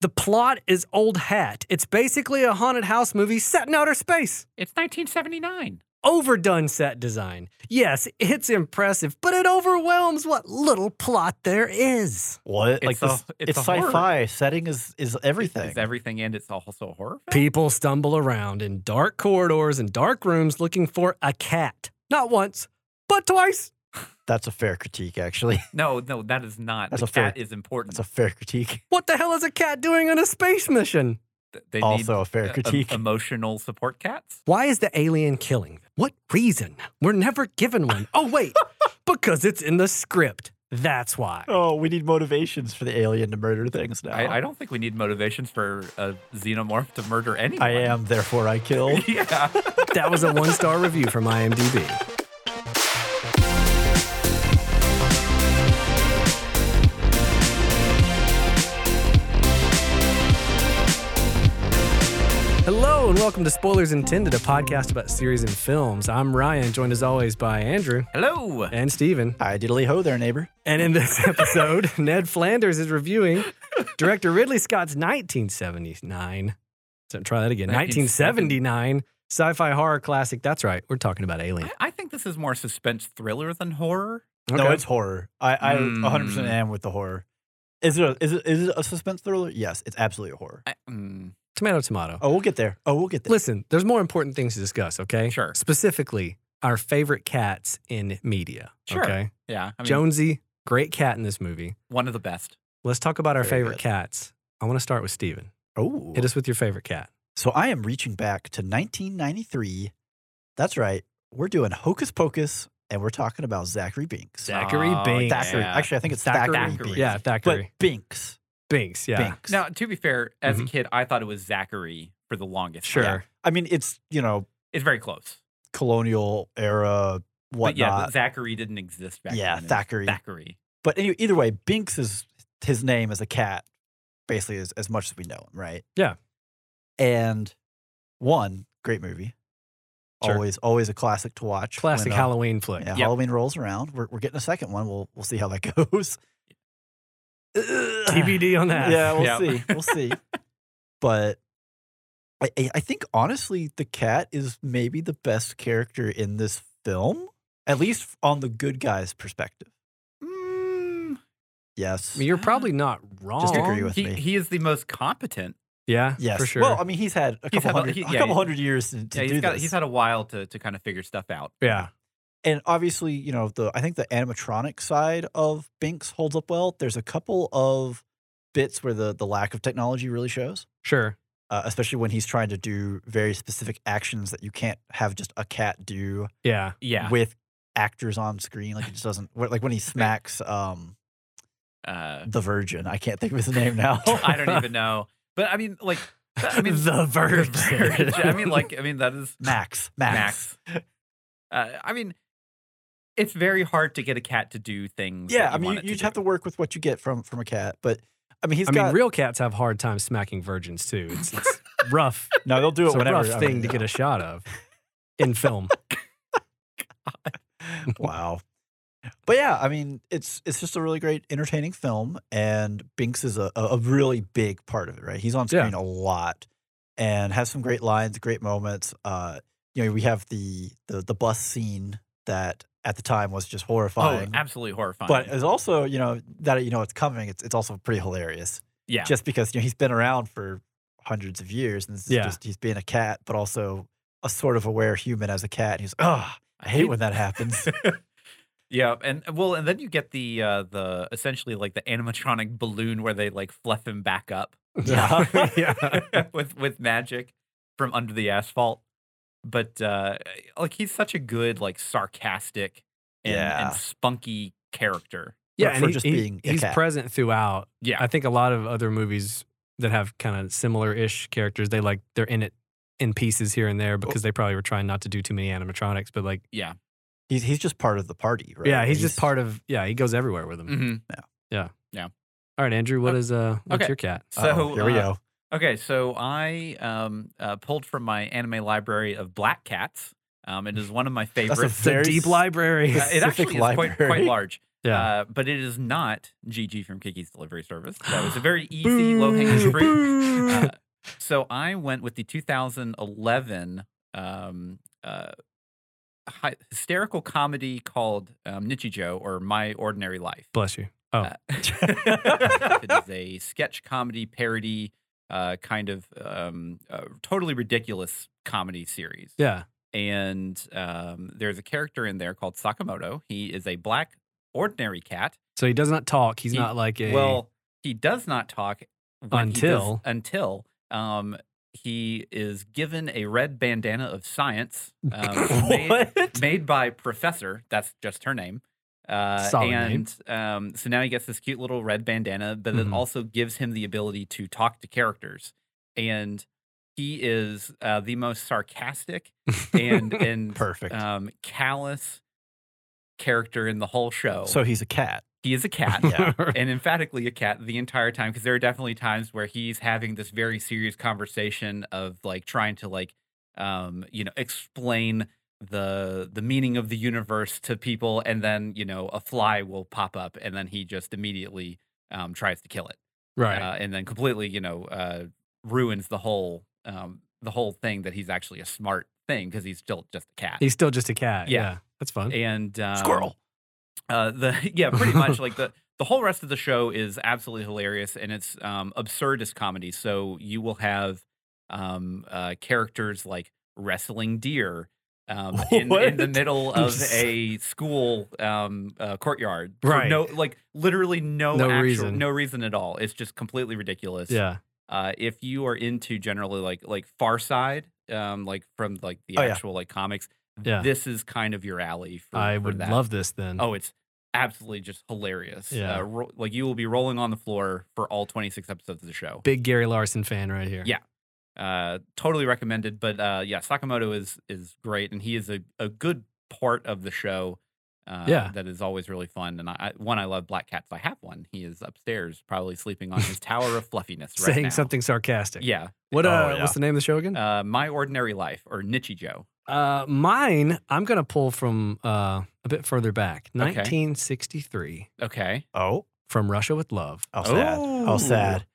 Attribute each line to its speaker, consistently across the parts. Speaker 1: The plot is old hat. It's basically a haunted house movie set in outer space.
Speaker 2: It's 1979.
Speaker 1: Overdone set design. Yes, it's impressive, but it overwhelms what little plot there is.
Speaker 3: What? like
Speaker 2: a-
Speaker 3: this,
Speaker 2: it's
Speaker 3: it's,
Speaker 2: a horror.
Speaker 3: sci-fi. Setting is is everything.
Speaker 2: It's everything, and it's also a horror film.
Speaker 1: People stumble around in dark corridors and dark rooms looking for a cat. Not once, but twice.
Speaker 3: That's a fair critique, actually.
Speaker 2: No, no, that is not.
Speaker 3: That's
Speaker 2: the
Speaker 3: a fair-
Speaker 2: cat is important.
Speaker 3: That's a fair critique.
Speaker 1: What the hell is a cat doing on a space mission?
Speaker 2: Th- they
Speaker 3: also a
Speaker 2: need
Speaker 3: fair
Speaker 2: e-
Speaker 3: critique.
Speaker 2: em- emotional support cats.
Speaker 1: Why is the alien killing? What reason? We're never given one. Oh, wait, because it's in the script. That's why.
Speaker 3: oh, we need motivations for the alien to murder things now.
Speaker 2: I, I don't think we need motivations for a xenomorph to murder anyone.
Speaker 3: I am, therefore I kill.
Speaker 2: Yeah.
Speaker 1: That was a one star review from IMDb. Hello and welcome to Spoilers Intended, a podcast about series and films. I'm Ryan, joined as always by Andrew
Speaker 2: Hello.
Speaker 1: and Steven.
Speaker 3: Hi, diddly ho there, neighbor.
Speaker 1: And in this episode, Ned Flanders is reviewing director Ridley Scott's 1979. So try that again. 1979 sci-fi horror classic. That's right. We're talking about Alien.
Speaker 2: I, I think this is more suspense thriller than horror.
Speaker 3: No,
Speaker 1: Okay.
Speaker 3: it's horror. I, I
Speaker 2: Mm.
Speaker 3: 100% am with the horror. Is it, a, is, it, is it a suspense thriller? Yes, it's absolutely a horror.
Speaker 2: I, mm,
Speaker 1: tomato tomato.
Speaker 3: Oh, we'll get there. Oh, we'll get there.
Speaker 1: Listen, there's more important things to discuss, okay?
Speaker 2: Sure.
Speaker 1: Specifically, our favorite cats in media.
Speaker 2: Sure.
Speaker 1: Okay.
Speaker 2: yeah. I mean,
Speaker 1: Jonesy, great cat in this movie.
Speaker 2: one of the best.
Speaker 1: Let's talk about our
Speaker 3: Very
Speaker 1: favorite
Speaker 3: good.
Speaker 1: cats. I want to start with Steven.
Speaker 3: Oh,
Speaker 1: Hit us with your favorite cat.
Speaker 3: So I am reaching back to 1993. That's right. We're doing Hocus Pocus, and we're talking about Zachary Binks.
Speaker 1: Zach- Thackeray Binks.
Speaker 3: Thackeray.
Speaker 2: Oh, yeah.
Speaker 3: Actually, I think it's
Speaker 1: Thackeray.
Speaker 3: Thackeray,
Speaker 2: Thackeray.
Speaker 3: Binks.
Speaker 1: Yeah, Thackeray.
Speaker 3: But Binks.
Speaker 1: Binks, yeah.
Speaker 3: Binks.
Speaker 2: Now, to be fair, as a
Speaker 3: Mm-hmm.
Speaker 1: Mhm.
Speaker 2: kid, I thought it was Zachary for the longest.
Speaker 1: Sure.
Speaker 2: time.
Speaker 3: I mean, it's, you know,
Speaker 2: It's very close.
Speaker 3: colonial era,
Speaker 2: But yeah,
Speaker 3: whatnot.
Speaker 2: but Zachary didn't exist back
Speaker 3: Yeah,
Speaker 2: then. It was
Speaker 3: Thackeray.
Speaker 2: Thackeray.
Speaker 3: But any, either way, Binks is his name as a cat, basically as, as much as we know him, right?
Speaker 1: Yeah.
Speaker 3: And one great movie,
Speaker 1: Sure.
Speaker 3: always always a classic to watch. when,
Speaker 1: Classic
Speaker 3: uh,
Speaker 1: Halloween flick.
Speaker 3: Yeah,
Speaker 2: Yep.
Speaker 3: Halloween rolls around. We're, we're getting a second one. We'll we'll see how that goes.
Speaker 1: TBD on that.
Speaker 3: yeah, we'll
Speaker 2: Yeah.
Speaker 3: see. We'll see. but I, I- I think honestly, the cat is maybe the best character in this film, at least on the good guy's perspective.
Speaker 2: Mm,
Speaker 3: Yes.
Speaker 1: I mean, you're probably not wrong.
Speaker 3: agree with
Speaker 2: he,
Speaker 3: me.
Speaker 2: he is the most competent.
Speaker 1: Yeah,
Speaker 3: Yes.
Speaker 1: for sure.
Speaker 3: Well, um, I mean, he's had a couple
Speaker 2: had a-
Speaker 3: hundred,
Speaker 2: he-
Speaker 3: a
Speaker 2: yeah,
Speaker 3: couple
Speaker 2: he-
Speaker 3: hundred years to, to
Speaker 2: Yeah,
Speaker 3: do
Speaker 2: he's, got,
Speaker 3: this.
Speaker 2: he's had a while to, to kind of figure stuff out.
Speaker 1: yeah,
Speaker 3: and obviously, you know, the I think the animatronic side of Binks holds up well. There's a couple of bits where the the lack of technology really shows,
Speaker 1: sure.
Speaker 3: uh, especially when he's trying to do very specific actions that you can't have just a cat do
Speaker 1: Yeah,
Speaker 2: Yeah.
Speaker 3: with actors on screen. Like it just doesn't. wh- Like when he smacks um
Speaker 2: Uh,
Speaker 3: the Virgin, I can't think of his name now.
Speaker 2: I don't even know. But I mean, like, I mean,
Speaker 1: the
Speaker 2: the
Speaker 1: verge.
Speaker 2: Verge. I mean, like, I mean, that is
Speaker 3: Max. Max.
Speaker 2: Max. Uh, I mean, it's very hard to get a cat to do things. that
Speaker 3: Yeah, I
Speaker 2: want
Speaker 3: mean,
Speaker 2: it
Speaker 3: you, you have to
Speaker 2: do. Oh,
Speaker 3: work with what you get from from a cat, but. I mean, he's
Speaker 1: I
Speaker 3: got,
Speaker 1: mean, real cats have hard time smacking virgins too. It's, it's rough.
Speaker 3: No, they'll do it
Speaker 1: It's a
Speaker 3: whenever.
Speaker 1: rough thing to get a shot of in film.
Speaker 3: wow. But yeah, I mean, it's it's just a really great, entertaining film, and Binks is a, a a really big part of it, right? He's on
Speaker 1: Yeah.
Speaker 3: screen a lot, and has some great lines, great moments. Uh, you know, we have the the the bus scene that at the time was just
Speaker 2: Oh,
Speaker 3: horrifying,
Speaker 2: absolutely horrifying.
Speaker 3: but uh, it's also you know that you know it's coming. It's it's also pretty hilarious,
Speaker 2: yeah,
Speaker 3: just because you know he's been around for hundreds of years, and this is
Speaker 1: Yeah.
Speaker 3: just he's being a cat, but also a sort of aware human as a cat. He's oh, I hate when that happens.
Speaker 2: yeah, and well, and then you get the uh, the essentially like the animatronic balloon where they like fluff him back up
Speaker 3: Yeah.
Speaker 1: yeah.
Speaker 2: with with magic from under the asphalt. But uh, like he's such a good like sarcastic and,
Speaker 3: Yeah.
Speaker 2: and spunky character.
Speaker 1: Yeah,
Speaker 3: But
Speaker 1: and
Speaker 3: for
Speaker 1: he-
Speaker 3: just
Speaker 1: he-
Speaker 3: being a
Speaker 1: he's
Speaker 3: cat.
Speaker 1: present throughout.
Speaker 2: Yeah,
Speaker 1: I think a lot of other movies that have kind of similar-ish characters, they like they're in it in pieces here and there
Speaker 3: Oh.
Speaker 1: because they probably were trying not to do too many animatronics. But like,
Speaker 2: yeah.
Speaker 3: He's he's just part of the party, right?
Speaker 1: yeah, he's, just part of. Yeah, he goes everywhere with them.
Speaker 3: Mm-hmm.
Speaker 2: hmm
Speaker 1: All right, Andrew, what
Speaker 2: Okay.
Speaker 1: is uh what's
Speaker 2: Okay.
Speaker 1: your cat?
Speaker 2: So
Speaker 3: Oh, here we
Speaker 2: uh,
Speaker 3: go.
Speaker 2: Okay, so I um, uh, pulled from my anime library of Black Cats. Um, it is one of my favorites.
Speaker 3: Very
Speaker 1: the deep
Speaker 3: s-
Speaker 1: library.
Speaker 2: Uh, it actually
Speaker 3: specific
Speaker 2: is quite, quite
Speaker 3: library.
Speaker 2: large.
Speaker 1: Yeah.
Speaker 2: Uh, but it is not GG from Kiki's Delivery Service. That was a very easy, low hanging
Speaker 1: Boo,
Speaker 2: fruit.
Speaker 1: boo.
Speaker 2: Uh, so I went with the 2011 um, uh, hy- hysterical comedy called um, Nichijou or My Ordinary Life.
Speaker 1: Bless you. Oh.
Speaker 2: Uh, it is a sketch comedy parody, uh, kind of um, uh, totally ridiculous comedy series.
Speaker 1: yeah.
Speaker 2: And um, there's a character in there called Sakamoto. He is a black ordinary cat.
Speaker 1: So he does not talk. He's
Speaker 2: He-
Speaker 1: not like a.
Speaker 2: Well, he does not talk when he does-
Speaker 1: Until-
Speaker 2: until um, he is given a red bandana of science um, made, made by Professor. That's just her name. Uh,
Speaker 1: Solid name.
Speaker 2: and Um, so now he gets this cute little red bandana, but it
Speaker 1: Mhm.
Speaker 2: also gives him the ability to talk to characters. And he is uh, the most sarcastic and and
Speaker 3: Perfect.
Speaker 2: um, callous character in the whole
Speaker 1: uh,
Speaker 2: show.
Speaker 3: so he's a cat.
Speaker 2: he is a cat
Speaker 3: Yeah.
Speaker 2: and emphatically a cat the entire time because there are definitely times where he's having this very serious conversation of like trying to like um you know explain the the meaning of the universe to people and then you know a fly will pop up and then he just immediately um tries to kill it
Speaker 1: right.
Speaker 2: uh, and then completely you know uh ruins the whole um the whole thing that he's actually a smart thing because he's still just a cat
Speaker 1: He's still just a cat. Yeah.
Speaker 2: Yeah.
Speaker 1: That's fun.
Speaker 2: and um,
Speaker 3: Squirrel.
Speaker 2: uh, the yeah, pretty much like the the whole rest of the show is absolutely hilarious and it's um, absurdist comedy. So you will have um, uh, characters like wrestling deer um, in, in the
Speaker 3: What?
Speaker 2: middle of a school um, uh, courtyard, for
Speaker 1: Right.
Speaker 2: No, like literally no
Speaker 1: No
Speaker 2: actual,
Speaker 1: reason.
Speaker 2: no reason at all. It's just completely ridiculous.
Speaker 1: yeah.
Speaker 2: Uh, if you are into generally like like Far Side, um, like from like the
Speaker 3: Oh, yeah.
Speaker 2: actual like comics,
Speaker 1: Yeah.
Speaker 2: this is kind of your alley. For,
Speaker 1: I
Speaker 2: for
Speaker 1: would
Speaker 2: that.
Speaker 1: love this then.
Speaker 2: Oh, it's absolutely just hilarious.
Speaker 1: Yeah.
Speaker 2: Uh, ro- like you will be rolling on the floor for all 26 episodes of the show.
Speaker 1: Big Gary Larson fan right here.
Speaker 2: Yeah. Uh, totally recommended. But uh, yeah, Sakamoto is is great, and he is a, a good part of the show. Uh,
Speaker 1: Yeah.
Speaker 2: that is always really fun, and I, I one I love Black Cats. I have one. He is upstairs, probably sleeping on his tower of fluffiness right
Speaker 1: Saying
Speaker 2: now.
Speaker 1: something sarcastic.
Speaker 2: Yeah,
Speaker 1: What,
Speaker 3: Oh,
Speaker 1: uh,
Speaker 3: yeah.
Speaker 1: What's the name of the show again?
Speaker 2: uh, my ordinary life or Nichijou.
Speaker 1: Uh, mine, I'm going to pull from uh, a bit further back 1963
Speaker 2: Okay.
Speaker 3: Oh,
Speaker 1: from Russia with Love.
Speaker 3: how sad. How
Speaker 2: Ooh.
Speaker 3: sad.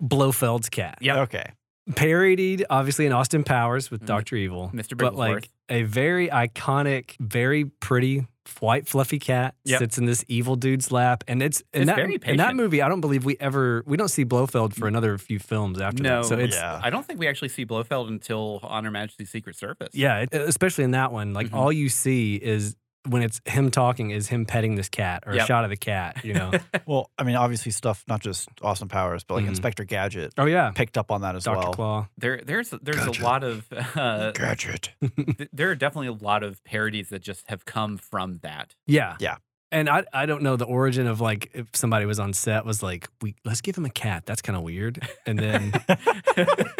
Speaker 1: Blofeld's cat.
Speaker 2: Yep.
Speaker 3: Okay.
Speaker 1: Parodied, obviously, in Austin Powers with
Speaker 2: Mm.
Speaker 1: Dr. Evil.
Speaker 2: Mr.
Speaker 1: But
Speaker 2: Bigglesworth.
Speaker 1: like a very iconic, very pretty white fluffy cat
Speaker 2: Yep.
Speaker 1: sits in this evil dude's lap, and it's in
Speaker 2: It's
Speaker 1: that
Speaker 2: very
Speaker 1: in that
Speaker 2: patient.
Speaker 1: movie. I don't believe we ever we don't see Blofeld for another few films after
Speaker 2: No.
Speaker 1: that. So it's
Speaker 3: yeah.
Speaker 2: I don't think we actually see Blofeld until Honor Majesty's Secret Service.
Speaker 1: yeah, it, especially in that one, like
Speaker 2: Mhm.
Speaker 1: all you see is when it's him talking is him petting this cat or a
Speaker 2: Yep.
Speaker 1: shot of the cat. You know?
Speaker 3: Well, I mean, obviously stuff not just Awesome Powers, but like
Speaker 1: Mhm.
Speaker 3: Inspector Gadget
Speaker 1: oh yeah,
Speaker 3: picked up on that as
Speaker 1: Doctor
Speaker 3: well.
Speaker 1: Claw.
Speaker 2: There, there's there's
Speaker 3: Gotcha.
Speaker 2: a lot of uh,
Speaker 3: Gadget.
Speaker 2: th- there are definitely a lot of parodies that just have come from that.
Speaker 1: Yeah.
Speaker 3: Yeah.
Speaker 1: And I, I don't know the origin of like if somebody was on set was like we let's give him a cat that's kind of weird and then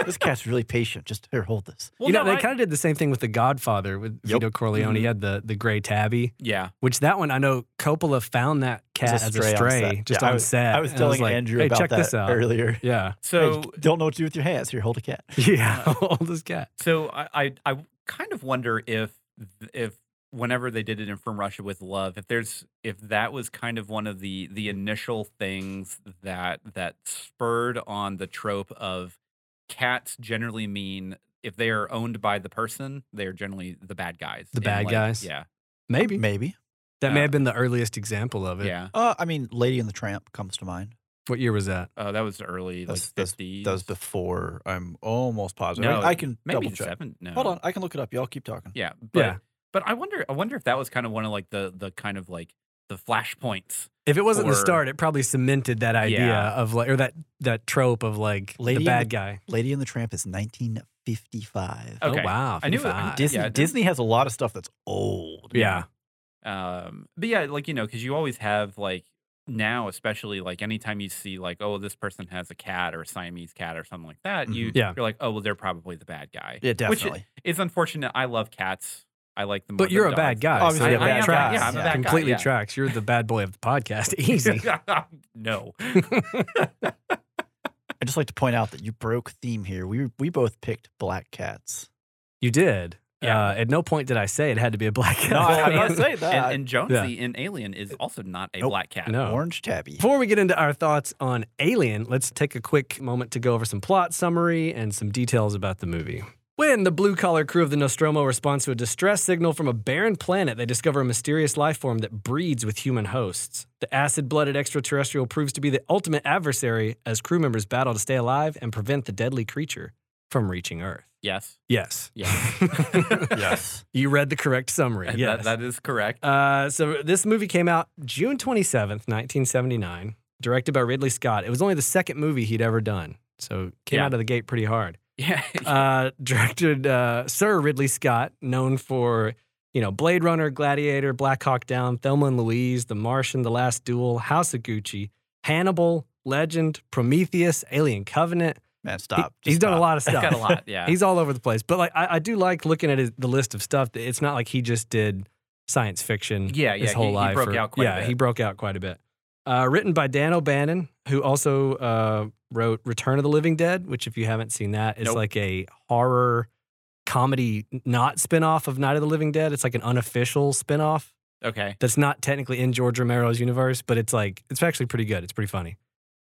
Speaker 3: This cat's really patient. Just here, hold this.
Speaker 2: Well,
Speaker 1: you know,
Speaker 2: no,
Speaker 1: they
Speaker 2: I-
Speaker 1: kind of did the same thing with The Godfather with
Speaker 3: Yep.
Speaker 1: Vito Corleone. He
Speaker 2: Mhm.
Speaker 1: had the the gray tabby,
Speaker 2: yeah,
Speaker 1: which that one I know Coppola found that cat as
Speaker 3: a
Speaker 1: a
Speaker 3: stray on
Speaker 1: stray
Speaker 3: set.
Speaker 1: just
Speaker 3: Yeah, I
Speaker 1: on
Speaker 3: was-
Speaker 1: set.
Speaker 3: I was
Speaker 1: and
Speaker 3: telling
Speaker 1: like,
Speaker 3: Andrew
Speaker 1: hey,
Speaker 3: about
Speaker 1: check
Speaker 3: that
Speaker 1: this out.
Speaker 3: earlier.
Speaker 1: Yeah,
Speaker 2: so
Speaker 3: Hey, don't know what to do with your hands. Here, hold a cat.
Speaker 1: yeah, all this cat.
Speaker 2: so I, I I kind of wonder if if whenever they did it in From Russia with Love, if there's if that was kind of one of the the initial things that that spurred on the trope of cats generally mean if they are owned by the person, they are generally the bad guys.
Speaker 1: The
Speaker 2: And,
Speaker 1: bad
Speaker 2: like,
Speaker 1: guys?
Speaker 2: Yeah,
Speaker 1: Maybe
Speaker 3: Maybe.
Speaker 1: that may
Speaker 2: uh,
Speaker 1: have been the earliest example of it.
Speaker 2: yeah.
Speaker 3: Uh, I mean, Lady and the Tramp comes to mind.
Speaker 1: What year was that?
Speaker 2: Uh, that was early, like
Speaker 3: That's- that's-
Speaker 2: fifties.
Speaker 3: That was before. I'm almost positive.
Speaker 2: No,
Speaker 3: I, I can
Speaker 2: maybe
Speaker 3: double
Speaker 2: the
Speaker 3: check.
Speaker 2: seven. No.
Speaker 3: Hold on, I can look it up. Y'all keep talking.
Speaker 2: Yeah, but,
Speaker 1: Yeah.
Speaker 2: But I wonder. I wonder if that was kind of one of like the the kind of like the flashpoints.
Speaker 1: If it wasn't
Speaker 2: Or-
Speaker 1: the start, it probably cemented that idea
Speaker 2: Yeah.
Speaker 1: of like or that that trope of like
Speaker 3: Lady
Speaker 1: the
Speaker 3: and
Speaker 1: bad
Speaker 3: the-
Speaker 1: guy.
Speaker 3: Lady and the Tramp is 1955.
Speaker 2: Okay.
Speaker 1: Oh wow,
Speaker 2: I knew it-
Speaker 1: 55.
Speaker 3: Disney,
Speaker 2: yeah, it does-
Speaker 3: Disney has a lot of stuff that's old.
Speaker 1: Yeah,
Speaker 2: Um, but yeah, like you know, because you always have like now, especially like anytime you see like oh this person has a cat or a Siamese cat or something like that, you
Speaker 1: Mhm. Yeah.
Speaker 2: you're like oh well they're probably the bad guy. Which
Speaker 3: Yeah,
Speaker 2: i-
Speaker 3: definitely.
Speaker 2: It's unfortunate. I love cats. I like them. more
Speaker 1: but
Speaker 2: than
Speaker 1: you're a
Speaker 2: dogs.
Speaker 1: bad guy.
Speaker 3: Obviously,
Speaker 1: so
Speaker 3: I'm a
Speaker 1: that
Speaker 3: bad
Speaker 1: tracks.
Speaker 3: guy. Yeah, I'm a
Speaker 2: bad guy,
Speaker 1: completely
Speaker 2: yeah.
Speaker 1: tracks. You're the bad boy of the podcast. Easy.
Speaker 2: no.
Speaker 3: I'd just like to point out that you broke theme here. We we both picked black cats.
Speaker 1: You did.
Speaker 2: Yeah.
Speaker 1: Uh, at no point did I say it had to be a black cat.
Speaker 3: No, I, I
Speaker 2: Well,
Speaker 3: must say that.
Speaker 2: And, and Jonesy in Alien is also not a
Speaker 3: Nope.
Speaker 2: black cat.
Speaker 1: no.
Speaker 3: Orange tabby.
Speaker 1: Before we get into our thoughts on Alien, let's take a quick moment to go over some plot summary and some details about the movie. When the blue collar crew of the Nostromo responds to a distress signal from a barren planet, they discover a mysterious life form that breeds with human hosts. The acid blooded extraterrestrial proves to be the ultimate adversary as crew members battle to stay alive and prevent the deadly creature from reaching Earth.
Speaker 2: Yes.
Speaker 1: Yes.
Speaker 2: Yes.
Speaker 3: yes.
Speaker 1: you read the correct summary.
Speaker 2: That-
Speaker 1: Yes.
Speaker 2: that is correct.
Speaker 1: Uh, so this movie came out June 27th, 1979, directed by Ridley Scott. It was only the second movie he'd ever done, so came
Speaker 2: Yeah.
Speaker 1: out of the gate pretty hard.
Speaker 2: yeah.
Speaker 1: Uh, directed uh, Sir Ridley Scott, known for you know Blade Runner, Gladiator, Black Hawk Down, Thelma and Louise, The Martian, The Last Duel, House of Gucci, Hannibal, Legend, Prometheus, Alien Covenant.
Speaker 3: Man, stop.
Speaker 1: He- he's
Speaker 3: Just
Speaker 1: done a
Speaker 3: stop.
Speaker 1: lot of stuff.
Speaker 2: It's got a lot. Yeah.
Speaker 1: He's all over the place. But like I, I do like looking at his, the list of stuff. It's not like he just did science fiction.
Speaker 2: Yeah,
Speaker 1: his
Speaker 2: yeah,
Speaker 1: whole
Speaker 2: he- he
Speaker 1: life.
Speaker 2: broke
Speaker 1: or-
Speaker 2: out quite a
Speaker 1: yeah,
Speaker 2: bit.
Speaker 1: he broke out quite a bit. Uh, written by Dan O'Bannon, who also uh, wrote Return of the Living Dead, which if you haven't seen that, is
Speaker 2: Nope.
Speaker 1: like a horror comedy not spin-off of Night of the Living Dead. It's like an unofficial spin-off
Speaker 2: okay.
Speaker 1: that's not technically in George Romero's universe, but it's like it's actually pretty good. It's pretty funny.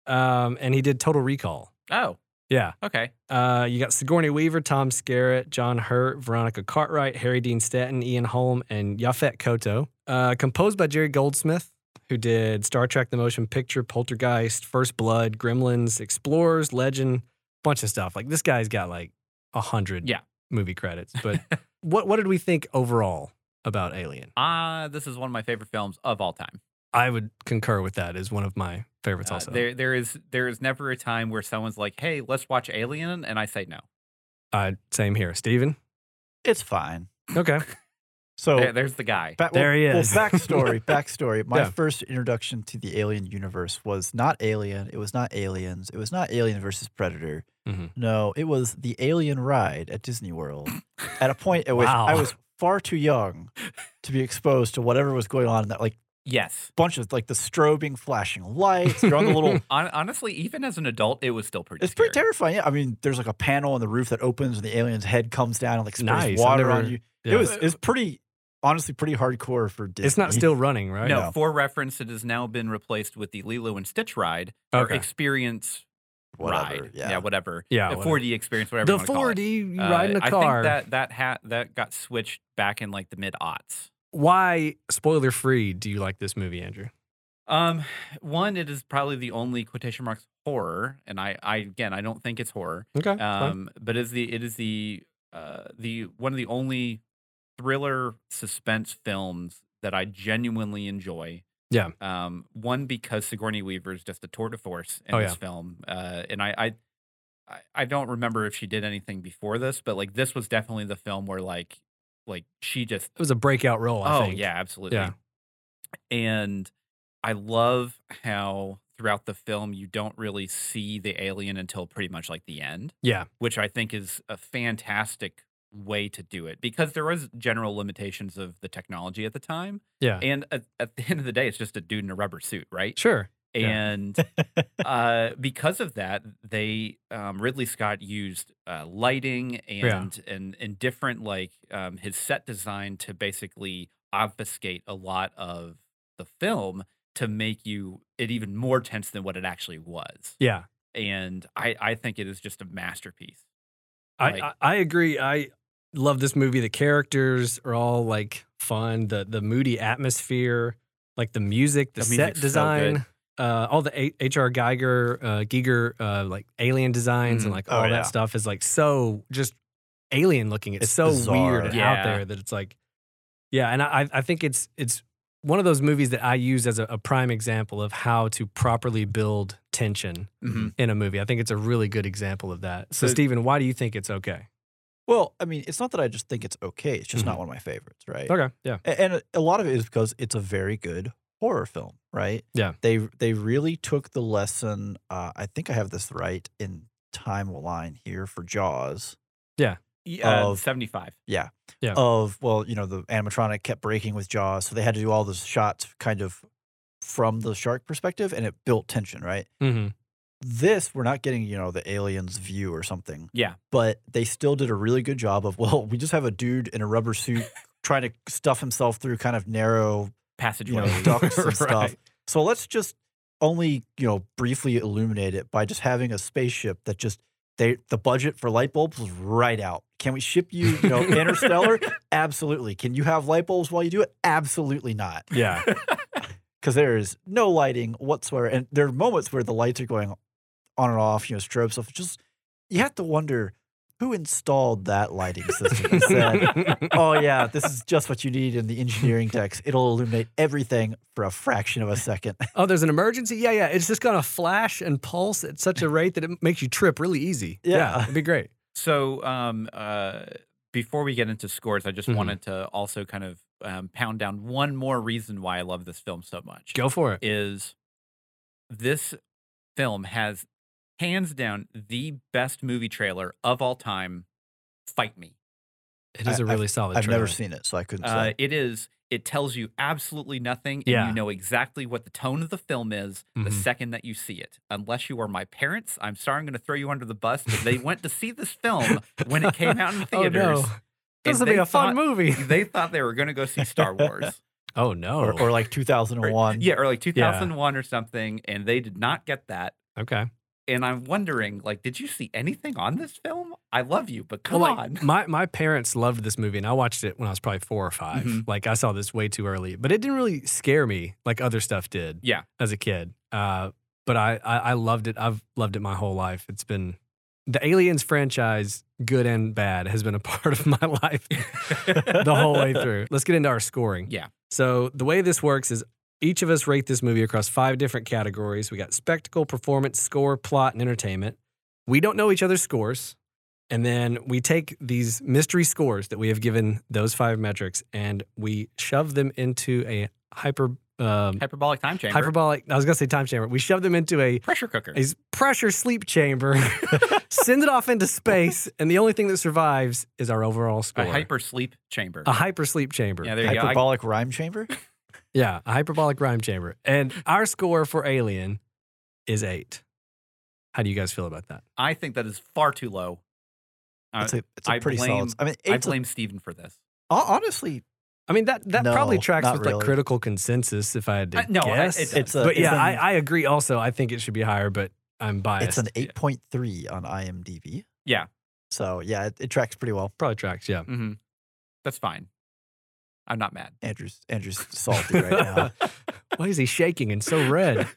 Speaker 1: Um, and he did Total Recall.
Speaker 2: Oh,
Speaker 1: Yeah.
Speaker 2: okay.
Speaker 1: Uh, you got Sigourney Weaver, Tom Skerritt, John Hurt, Veronica Cartwright, Harry Dean Stanton, Ian Holm, and Yafet Koto. Uh, composed by Jerry Goldsmith, who did Star Trek: The Motion Picture, Poltergeist, First Blood, Gremlins, Explorers, Legend, bunch of stuff. Like this guy's got like a hundred
Speaker 2: Yeah.
Speaker 1: movie credits. But what what did we think overall about Alien?
Speaker 2: Ah, this is one of my favorite films of all time.
Speaker 1: I would concur with that as one of my favorites.
Speaker 2: Uh,
Speaker 1: also,
Speaker 2: there, there is, there is never a time where someone's like, "Hey, let's watch Alien," and I say no.
Speaker 1: uh, same here, Steven.
Speaker 3: It's fine.
Speaker 1: Okay,
Speaker 3: So
Speaker 2: There- there's the guy.
Speaker 3: Ba-
Speaker 1: There he is.
Speaker 3: Well, backstory, backstory. My
Speaker 1: Yeah.
Speaker 3: first introduction to the alien universe was not Alien. It was not Aliens. It was not Alien versus Predator.
Speaker 1: Mhm.
Speaker 3: No, it was the Alien ride at Disney World. At a point at which
Speaker 1: Wow.
Speaker 3: I was far too young to be exposed to whatever was going on in that like
Speaker 2: Yes.
Speaker 3: bunch of like the strobing, flashing lights. You're on the little.
Speaker 2: Hon- honestly, even as an adult, it was still pretty.
Speaker 3: It's pretty
Speaker 2: scary.
Speaker 3: terrifying. Yeah, I mean, there's like a panel on the roof that opens and the alien's head comes down and like sprays
Speaker 1: Nice. I
Speaker 3: water
Speaker 1: never-
Speaker 3: on you.
Speaker 1: yeah.
Speaker 3: It was it's pretty, honestly, pretty hardcore for Disney.
Speaker 1: it's not still running, right?
Speaker 2: No,
Speaker 3: know.
Speaker 2: for reference, it has now been replaced with the Lilo and Stitch ride or
Speaker 1: Okay.
Speaker 2: experience
Speaker 3: Whatever,
Speaker 2: ride.
Speaker 3: yeah.
Speaker 2: whatever.
Speaker 1: Yeah,
Speaker 2: the
Speaker 1: whatever.
Speaker 2: 4D experience, whatever.
Speaker 1: The
Speaker 2: you wanna call it.
Speaker 1: 4D you
Speaker 2: Uh,
Speaker 1: ride in a car.
Speaker 2: I think that that hat that got switched back in like the mid aughts.
Speaker 1: Why spoiler free? Do you like this movie, Andrew?
Speaker 2: Um, one, it is probably the only quotation marks horror, and I, I again, I don't think it's horror.
Speaker 1: Okay.
Speaker 2: Um, but is the it is the uh the one of the only thriller suspense films that I genuinely enjoy.
Speaker 1: Yeah.
Speaker 2: Um, one because Sigourney Weaver is just a tour de force in
Speaker 1: Oh,
Speaker 2: this
Speaker 1: yeah.
Speaker 2: film, uh, and I. I I- I don't remember if she did anything before this, but like this was definitely the film where like like she just
Speaker 1: it was a breakout role. I
Speaker 2: oh
Speaker 1: think.
Speaker 2: yeah, absolutely.
Speaker 1: Yeah.
Speaker 2: And I love how throughout the film you don't really see the alien until pretty much like the end.
Speaker 1: Yeah.
Speaker 2: Which I think is a fantastic way to do it because there was general limitations of the technology at the time.
Speaker 1: Yeah.
Speaker 2: And at, at the end of the day, it's just a dude in a rubber suit, right?
Speaker 1: sure. Yeah.
Speaker 2: And uh, because of that, they um, Ridley Scott used uh, lighting
Speaker 1: Yeah.
Speaker 2: and and and different like um, his set design to basically obfuscate a lot of the film to make you it even more tense than what it actually was.
Speaker 1: Yeah.
Speaker 2: And I I think it is just a masterpiece.
Speaker 1: I,
Speaker 2: Like-
Speaker 1: I I agree. I love this movie. The characters are all like fun. The the moody atmosphere, like the music, the,
Speaker 2: The
Speaker 1: set
Speaker 2: music's so
Speaker 1: design, uh, all the A- H.R. Geiger, uh, Giger, uh, like alien designs and
Speaker 2: Mhm.
Speaker 1: like
Speaker 3: Oh,
Speaker 1: all
Speaker 3: yeah.
Speaker 1: that stuff is like so just alien looking. It's,
Speaker 3: It's
Speaker 1: so
Speaker 3: bizarre.
Speaker 1: weird and out
Speaker 2: Yeah.
Speaker 1: there that it's like, yeah. And I I think it's it's one of those movies that I use as a, a prime example of how to properly build tension
Speaker 2: Mhm.
Speaker 1: in a movie. I think it's a really good example of that. So,
Speaker 2: So-
Speaker 1: Steven, why do you think it's okay?
Speaker 3: Well, I mean, it's not that I just think it's okay. It's just not one of my favorites, right?
Speaker 1: Mm-hmm. Okay. Yeah.
Speaker 3: A- And a lot of it is because it's a very good horror film, right?
Speaker 1: Yeah.
Speaker 3: They they really took the lesson. Uh, I think I have this right in timeline here for Jaws
Speaker 2: Yeah,
Speaker 3: Of-
Speaker 2: seventy five.
Speaker 1: Yeah.
Speaker 3: of well, you know, the animatronic kept breaking with Jaws, so they had to do all those shots kind of from the shark perspective, and it built tension, right?
Speaker 1: Mm-hmm.
Speaker 3: This we're not getting, you know, the aliens view or something,
Speaker 2: Yeah.
Speaker 3: but they still did a really good job of well, we just have a dude in a rubber suit trying to stuff himself through kind of narrow, you
Speaker 2: Passageway.
Speaker 3: know, ducts and
Speaker 1: Right.
Speaker 3: stuff. So let's just only, you know, briefly illuminate it by just having a spaceship that just they the budget for light bulbs was right out. Can we ship you, you know, interstellar? Absolutely. Can you have light bulbs while you do it? Absolutely not
Speaker 1: Yeah.
Speaker 3: because there is no lighting whatsoever. And there are moments where the lights are going on and off, you know, strobe stuff. Just you have to wonder who installed that lighting system and said, Oh yeah, this is just what you need in the engineering text. It'll illuminate everything for a fraction of a second.
Speaker 1: oh, there's an emergency? Yeah, yeah. It's just going to flash and pulse at such a rate that it makes you trip really easy.
Speaker 3: Yeah.
Speaker 1: it'd be great.
Speaker 2: So, um, uh, before we get into scores, I just
Speaker 3: Mm-hmm.
Speaker 1: Mhm.
Speaker 2: wanted to also kind of um, pound down one more reason why I love this film so much.
Speaker 1: Go for it.
Speaker 2: Is this film has hands down the best movie trailer of all time? Fight me.
Speaker 1: It is a
Speaker 3: I-
Speaker 1: really solid
Speaker 3: I've
Speaker 1: trailer.
Speaker 3: never seen it, so I couldn't
Speaker 2: Uh,
Speaker 3: say.
Speaker 2: it is. It tells you absolutely nothing, and
Speaker 1: Yeah.
Speaker 2: you know exactly what the tone of the film is the
Speaker 1: Mhm.
Speaker 2: second that you see it. Unless you are my parents, I'm sorry, I'm going to throw you under the bus. but they went to see this film when it came out in theaters.
Speaker 1: Oh, no.
Speaker 2: and
Speaker 1: This will be
Speaker 2: they
Speaker 1: a fun
Speaker 2: thought-
Speaker 1: movie.
Speaker 2: They thought they were going to go see Star Wars,
Speaker 1: Oh, no.
Speaker 3: Or, or like 2001.
Speaker 2: yeah, or like 2001 or something, and they did not get that.
Speaker 1: okay.
Speaker 2: And I'm wondering, like, did you see anything on this film? I love you, but come
Speaker 1: Well, like,
Speaker 2: on.
Speaker 1: My my parents loved this movie, and I watched it when I was probably four or 5
Speaker 2: Mhm.
Speaker 1: Like I saw this way too early, but it didn't really scare me like other stuff did.
Speaker 2: Yeah.
Speaker 1: as a kid. Uh, but I, I I loved it. I've loved it my whole life. It's been the Aliens franchise, good and bad, has been a part of my life the whole way through. Let's get into our scoring.
Speaker 2: Yeah.
Speaker 1: So the way this works is each of us rate this movie across five different categories. We got spectacle, performance, score, plot, and entertainment. We don't know each other's scores. And then we take these mystery scores that we have given those five metrics and we shove them into a hyper um,
Speaker 2: Hyperbolic time chamber,
Speaker 1: hyperbolic. I was gonna say time chamber. We shove them into a
Speaker 2: pressure cooker.
Speaker 1: a pressure sleep chamber, send it off into space, and the only thing that survives is our overall score.
Speaker 2: A hyper sleep chamber.
Speaker 1: A hyper sleep chamber.
Speaker 2: Yeah, there you go. I-
Speaker 3: Hyperbolic rhyme chamber.
Speaker 1: Yeah, a hyperbolic rhyme chamber. And our score for Alien is eight. How do you guys feel about that?
Speaker 2: I think that is far too low. Uh,
Speaker 3: It's a, it's a
Speaker 2: I
Speaker 3: pretty
Speaker 2: blame-
Speaker 3: solid. I mean,
Speaker 2: I
Speaker 3: eight's a-
Speaker 2: blame Steven for this.
Speaker 3: hon- honestly,
Speaker 1: I mean that that
Speaker 3: No,
Speaker 1: probably tracks
Speaker 3: not
Speaker 1: with like
Speaker 3: really.
Speaker 1: critical consensus if I had to
Speaker 2: Uh, no, I-
Speaker 1: guess.
Speaker 2: it does.
Speaker 3: it's a.
Speaker 1: but
Speaker 3: it's
Speaker 1: yeah,
Speaker 3: an-
Speaker 1: I, I agree also. I think it should be higher, but I'm biased.
Speaker 3: It's an 8.3 on IMDb.
Speaker 2: Yeah.
Speaker 3: So yeah, it, it tracks pretty well.
Speaker 1: probably tracks, yeah.
Speaker 2: hmm That's fine. I'm not mad.
Speaker 3: Andrew's Andrew's salty right now.
Speaker 1: Why is he shaking and so red?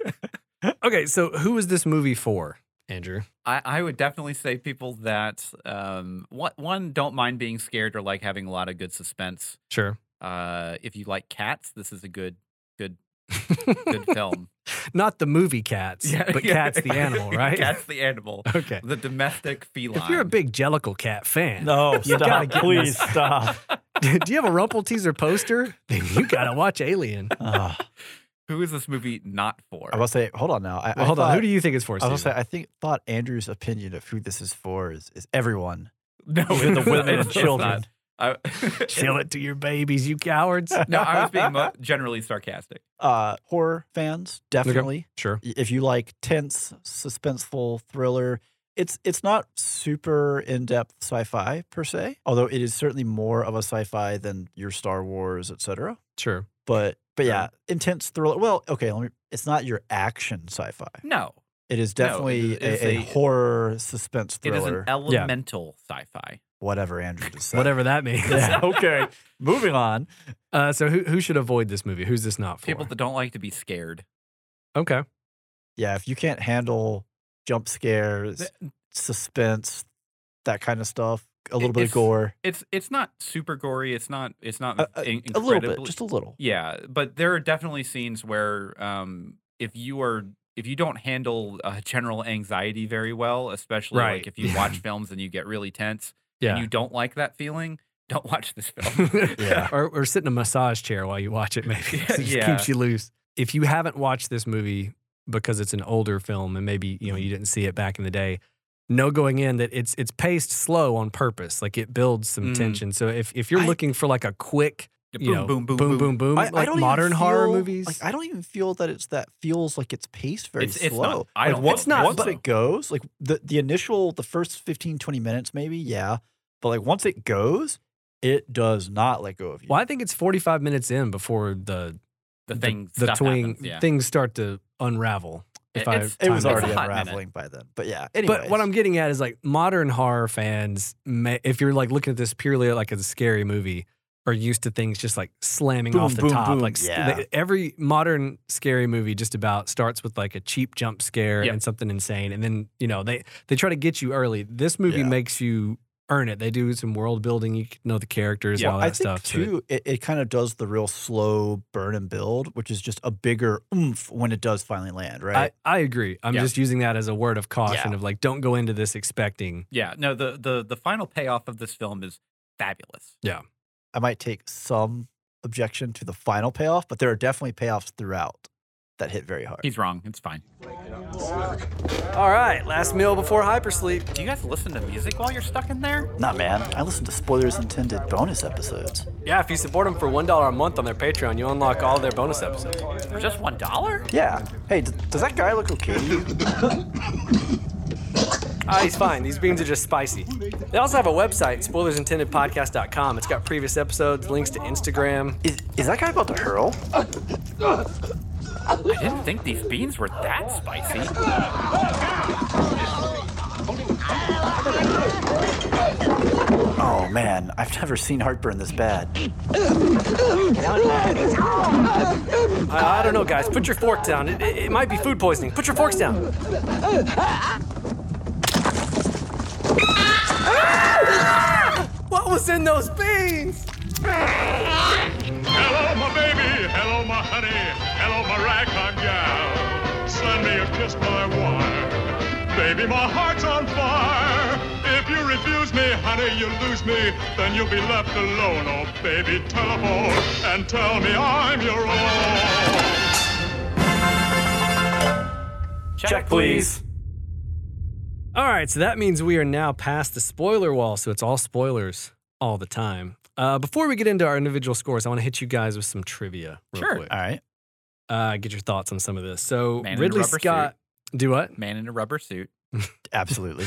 Speaker 1: okay, so who is this movie for, Andrew?
Speaker 2: I, I would definitely say people that um, one, one don't mind being scared or like having a lot of good suspense.
Speaker 1: Sure.
Speaker 2: Uh, if you like cats, this is a good good good film.
Speaker 1: Not the movie Cats, but Cats the animal, right?
Speaker 2: Cats the animal,
Speaker 1: Okay.
Speaker 2: the domestic feline.
Speaker 1: If you're a big Jellicle Cat fan,
Speaker 3: no,
Speaker 1: You gotta get
Speaker 3: Please stop.
Speaker 1: do you have a Rumple teaser poster? Then you gotta watch Alien.
Speaker 3: Ah,
Speaker 2: who is this movie not for?
Speaker 3: I will say, hold on now. I,
Speaker 1: Well, hold on. Who do you think it's for?
Speaker 3: I will say,
Speaker 1: Steven?
Speaker 3: I think thought Andrew's opinion of who this is for is, is everyone.
Speaker 2: no,
Speaker 1: Oh,
Speaker 3: Even the
Speaker 2: it's not-
Speaker 3: women and
Speaker 2: it's not.
Speaker 3: children.
Speaker 2: I-
Speaker 1: Show it to your babies, you cowards.
Speaker 2: no, I was being mo- generally sarcastic.
Speaker 3: Uh, horror fans, definitely.
Speaker 1: Sure.
Speaker 3: Y- If you like tense, suspenseful thriller, it's it's not super in depth sci-fi per se, although it is certainly more of a sci-fi than your Star Wars, etc.
Speaker 1: Sure.
Speaker 3: But but
Speaker 2: Sure.
Speaker 3: yeah, intense thriller. Well, okay, let me. It's not your action sci-fi.
Speaker 2: No,
Speaker 3: It is
Speaker 2: No, it
Speaker 3: definitely
Speaker 2: is- it's
Speaker 3: a, a
Speaker 2: a-
Speaker 3: horror suspense
Speaker 2: it is
Speaker 3: thriller.
Speaker 2: an elemental sci-fi.
Speaker 3: whatever Andrew just said.
Speaker 1: Whatever that means.
Speaker 3: Yeah, okay. Moving on.
Speaker 1: Uh, so who who should avoid this movie? Who's this not for?
Speaker 2: People that don't like to be scared.
Speaker 1: okay.
Speaker 3: Yeah, if you can't handle jump scares, suspense, that kind of stuff, a little bit of
Speaker 2: it's-
Speaker 3: gore,
Speaker 2: It's it's not super gory. It's not it's not
Speaker 3: a, a-
Speaker 2: in-
Speaker 3: a little bit,
Speaker 2: incredibly-
Speaker 3: just a little.
Speaker 2: Yeah, but there are definitely scenes where um, if you are if you don't handle uh, general anxiety very well, especially
Speaker 1: Right.
Speaker 2: like if you watch films and you get really tense
Speaker 1: Yeah.
Speaker 2: and you don't like that feeling, don't watch this film.
Speaker 3: Yeah.
Speaker 1: or, or sit in a massage chair while you watch it, maybe. 'cause it just
Speaker 2: Yeah.
Speaker 1: keeps you loose. If you haven't watched this movie because it's an older film and maybe you know you didn't see it back in the day, know going in that it's it's paced slow on purpose. Like it builds some
Speaker 2: Mm.
Speaker 1: tension. So if if you're
Speaker 3: I-
Speaker 1: looking for like a quick
Speaker 2: Boom,
Speaker 1: you know,
Speaker 2: boom, boom,
Speaker 1: boom, boom, boom,
Speaker 3: I- I
Speaker 1: like
Speaker 3: don't even
Speaker 1: modern horror
Speaker 3: feel-
Speaker 1: movies.
Speaker 3: Like I don't even feel that it's that feels like it's paced very
Speaker 2: It's- it's
Speaker 3: slow.
Speaker 2: not. I
Speaker 3: Like,
Speaker 2: don't
Speaker 3: once,
Speaker 1: It's not,
Speaker 3: once
Speaker 1: but-
Speaker 3: it goes, like the the initial the first 15 20 minutes maybe, yeah, but like once it goes, it does not let go of you.
Speaker 1: well, I think it's 45 minutes in before the
Speaker 2: The thing,
Speaker 1: the,
Speaker 2: stuff
Speaker 1: twing
Speaker 2: happens, yeah.
Speaker 1: things start to unravel. If
Speaker 2: It-
Speaker 1: I
Speaker 2: it's-
Speaker 3: It
Speaker 1: time
Speaker 3: was
Speaker 1: that
Speaker 2: It's
Speaker 3: already
Speaker 2: a hot minute.
Speaker 3: unraveling by then. But yeah, anyways.
Speaker 1: But what I'm getting at is like modern horror fans, may, if you're like looking at this purely like as a scary movie, are used to things just like slamming
Speaker 3: Boom,
Speaker 1: off the
Speaker 3: boom,
Speaker 1: top.
Speaker 3: boom.
Speaker 1: Like s-
Speaker 3: Yeah.
Speaker 1: the- every modern scary movie just about starts with like a cheap jump scare
Speaker 2: Yep.
Speaker 1: and something insane, and then you know they they try to get you early. This movie
Speaker 3: Yeah.
Speaker 1: makes you earn it. They do some world building. You know the characters,
Speaker 2: Yeah.
Speaker 1: and all that
Speaker 3: I think
Speaker 1: stuff. so it-
Speaker 3: too, it, it kind of does the real slow burn and build, which is just a bigger oomph when it does finally land, right?
Speaker 1: I, I agree. I'm
Speaker 2: Yeah.
Speaker 1: just using that as a word of caution of like, don't go into this expecting.
Speaker 2: yeah, no, the, the, the final payoff of this film is fabulous.
Speaker 3: I might take some objection to the final payoff, but there are definitely payoffs throughout that hit very hard.
Speaker 2: He's wrong. It's fine.
Speaker 1: All right, last meal before hypersleep.
Speaker 2: Do you guys listen to music while you're stuck in there?
Speaker 3: Nah, man. I listen to spoilers intended bonus episodes.
Speaker 1: Yeah, if you support them for one dollar a month on their Patreon, you unlock all their bonus episodes.
Speaker 2: For just one dollar?
Speaker 3: Yeah. Hey, d- does that guy look okay? to you?
Speaker 1: Ah, he's fine. These beans are just spicy. They also have a website, spoilersintendedpodcast.com. It's got previous episodes, links to Instagram.
Speaker 3: Is, is that guy about to hurl?
Speaker 2: I didn't think these beans were that spicy.
Speaker 3: Oh, man. I've never seen heartburn this bad.
Speaker 1: I, I don't know, guys. Put your fork down. It, it, it might be food poisoning. Put your forks down. what was in those beans?
Speaker 4: Hello, my baby. Hello, my honey. Hello, my ragtime gal. Send me a kiss by wire. Baby, my heart's on fire. If you refuse me, honey, you lose me. Then you'll be left alone. Oh, baby, telephone and tell me I'm your own.
Speaker 2: Check,
Speaker 1: All right, so that means we are now past the spoiler wall, so it's all spoilers all the time. Uh, before we get into our individual scores, I want to hit you guys with some trivia real
Speaker 2: Sure.
Speaker 1: quick.
Speaker 3: All right.
Speaker 1: Uh, get your thoughts on some of this. So,
Speaker 2: Man in a
Speaker 1: Ridley
Speaker 2: rubber
Speaker 1: Scott, do what?
Speaker 2: Man in a rubber suit.
Speaker 3: Absolutely.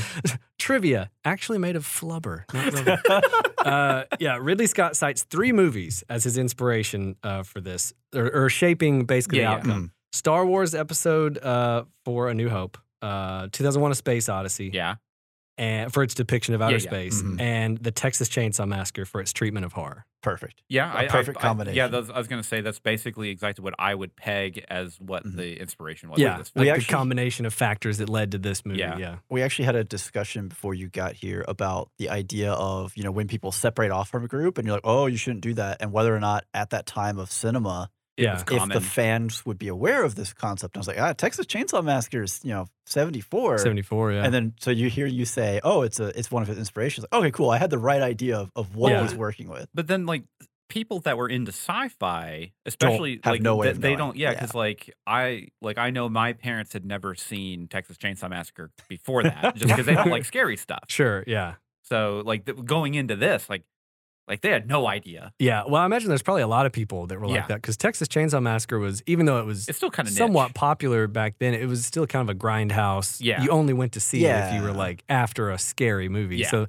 Speaker 1: Trivia, actually made of flubber, not rubber. uh, yeah, Ridley Scott cites three movies as his inspiration uh, for this, or, or shaping basically
Speaker 2: Yeah,
Speaker 1: the
Speaker 2: yeah.
Speaker 1: outcome. Star Wars Episode uh, for A New Hope, uh, 2001: A Space Odyssey,
Speaker 2: Yeah.
Speaker 1: and for its depiction of outer
Speaker 2: Yeah, yeah.
Speaker 1: space,
Speaker 3: Mhm.
Speaker 1: and the Texas Chainsaw Massacre for its treatment of horror.
Speaker 3: Perfect.
Speaker 2: Yeah.
Speaker 3: A
Speaker 2: I- I-
Speaker 3: perfect
Speaker 2: I-
Speaker 3: combination.
Speaker 2: yeah, those, I was going to say that's basically exactly what I would peg as what
Speaker 3: Mhm.
Speaker 2: the inspiration was. for
Speaker 1: Yeah,
Speaker 2: this
Speaker 1: like
Speaker 2: film.
Speaker 3: We
Speaker 1: the
Speaker 3: actually-
Speaker 1: combination of factors that led to this movie.
Speaker 2: Yeah.
Speaker 1: yeah.
Speaker 3: we actually had a discussion before you got here about the idea of you know when people separate off from a group and you're like oh you shouldn't do that and whether or not at that time of cinema
Speaker 2: It was
Speaker 1: Yeah.
Speaker 2: common.
Speaker 3: if the fans would be aware of this concept and i was like ah texas chainsaw massacre is you know 74
Speaker 1: 74, yeah.
Speaker 3: and then so you hear you say oh it's a it's one of his inspirations like, okay cool i had the right idea of, of what
Speaker 1: Yeah.
Speaker 3: he's working with
Speaker 2: but then like people that were into sci-fi especially
Speaker 3: have
Speaker 2: like
Speaker 3: no way
Speaker 2: they,
Speaker 3: of
Speaker 2: they
Speaker 3: knowing.
Speaker 2: don't yeah
Speaker 3: Yeah.
Speaker 2: because like i like i know my parents had never seen texas chainsaw massacre before that just because they don't like scary stuff
Speaker 1: sure, yeah.
Speaker 2: so like th- going into this like like they had no idea
Speaker 1: Yeah, well, I imagine there's probably a lot of people that were like
Speaker 2: Yeah.
Speaker 1: that because Texas Chainsaw Massacre was, even though it was
Speaker 2: it's still kind of
Speaker 1: somewhat popular back then, it was still kind of a grindhouse.
Speaker 2: Yeah.
Speaker 1: You only went to see it if you were
Speaker 3: Yeah.
Speaker 1: like after a scary movie.
Speaker 2: Yeah.
Speaker 1: So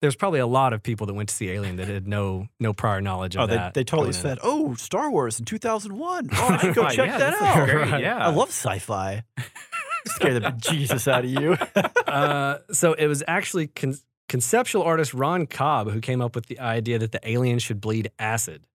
Speaker 1: there's probably a lot of people that went to see Alien that had no no prior knowledge of
Speaker 3: oh they,
Speaker 1: that.
Speaker 3: they totally
Speaker 1: going in.
Speaker 3: said oh star wars in 2001 oh I should go check
Speaker 2: yeah,
Speaker 3: that
Speaker 2: this
Speaker 3: out
Speaker 2: is great,
Speaker 1: Right.
Speaker 2: yeah
Speaker 3: i love sci-fi scare the jesus out of you
Speaker 1: Uh, so it was actually con- conceptual artist Ron Cobb who came up with the idea that the aliens should bleed acid.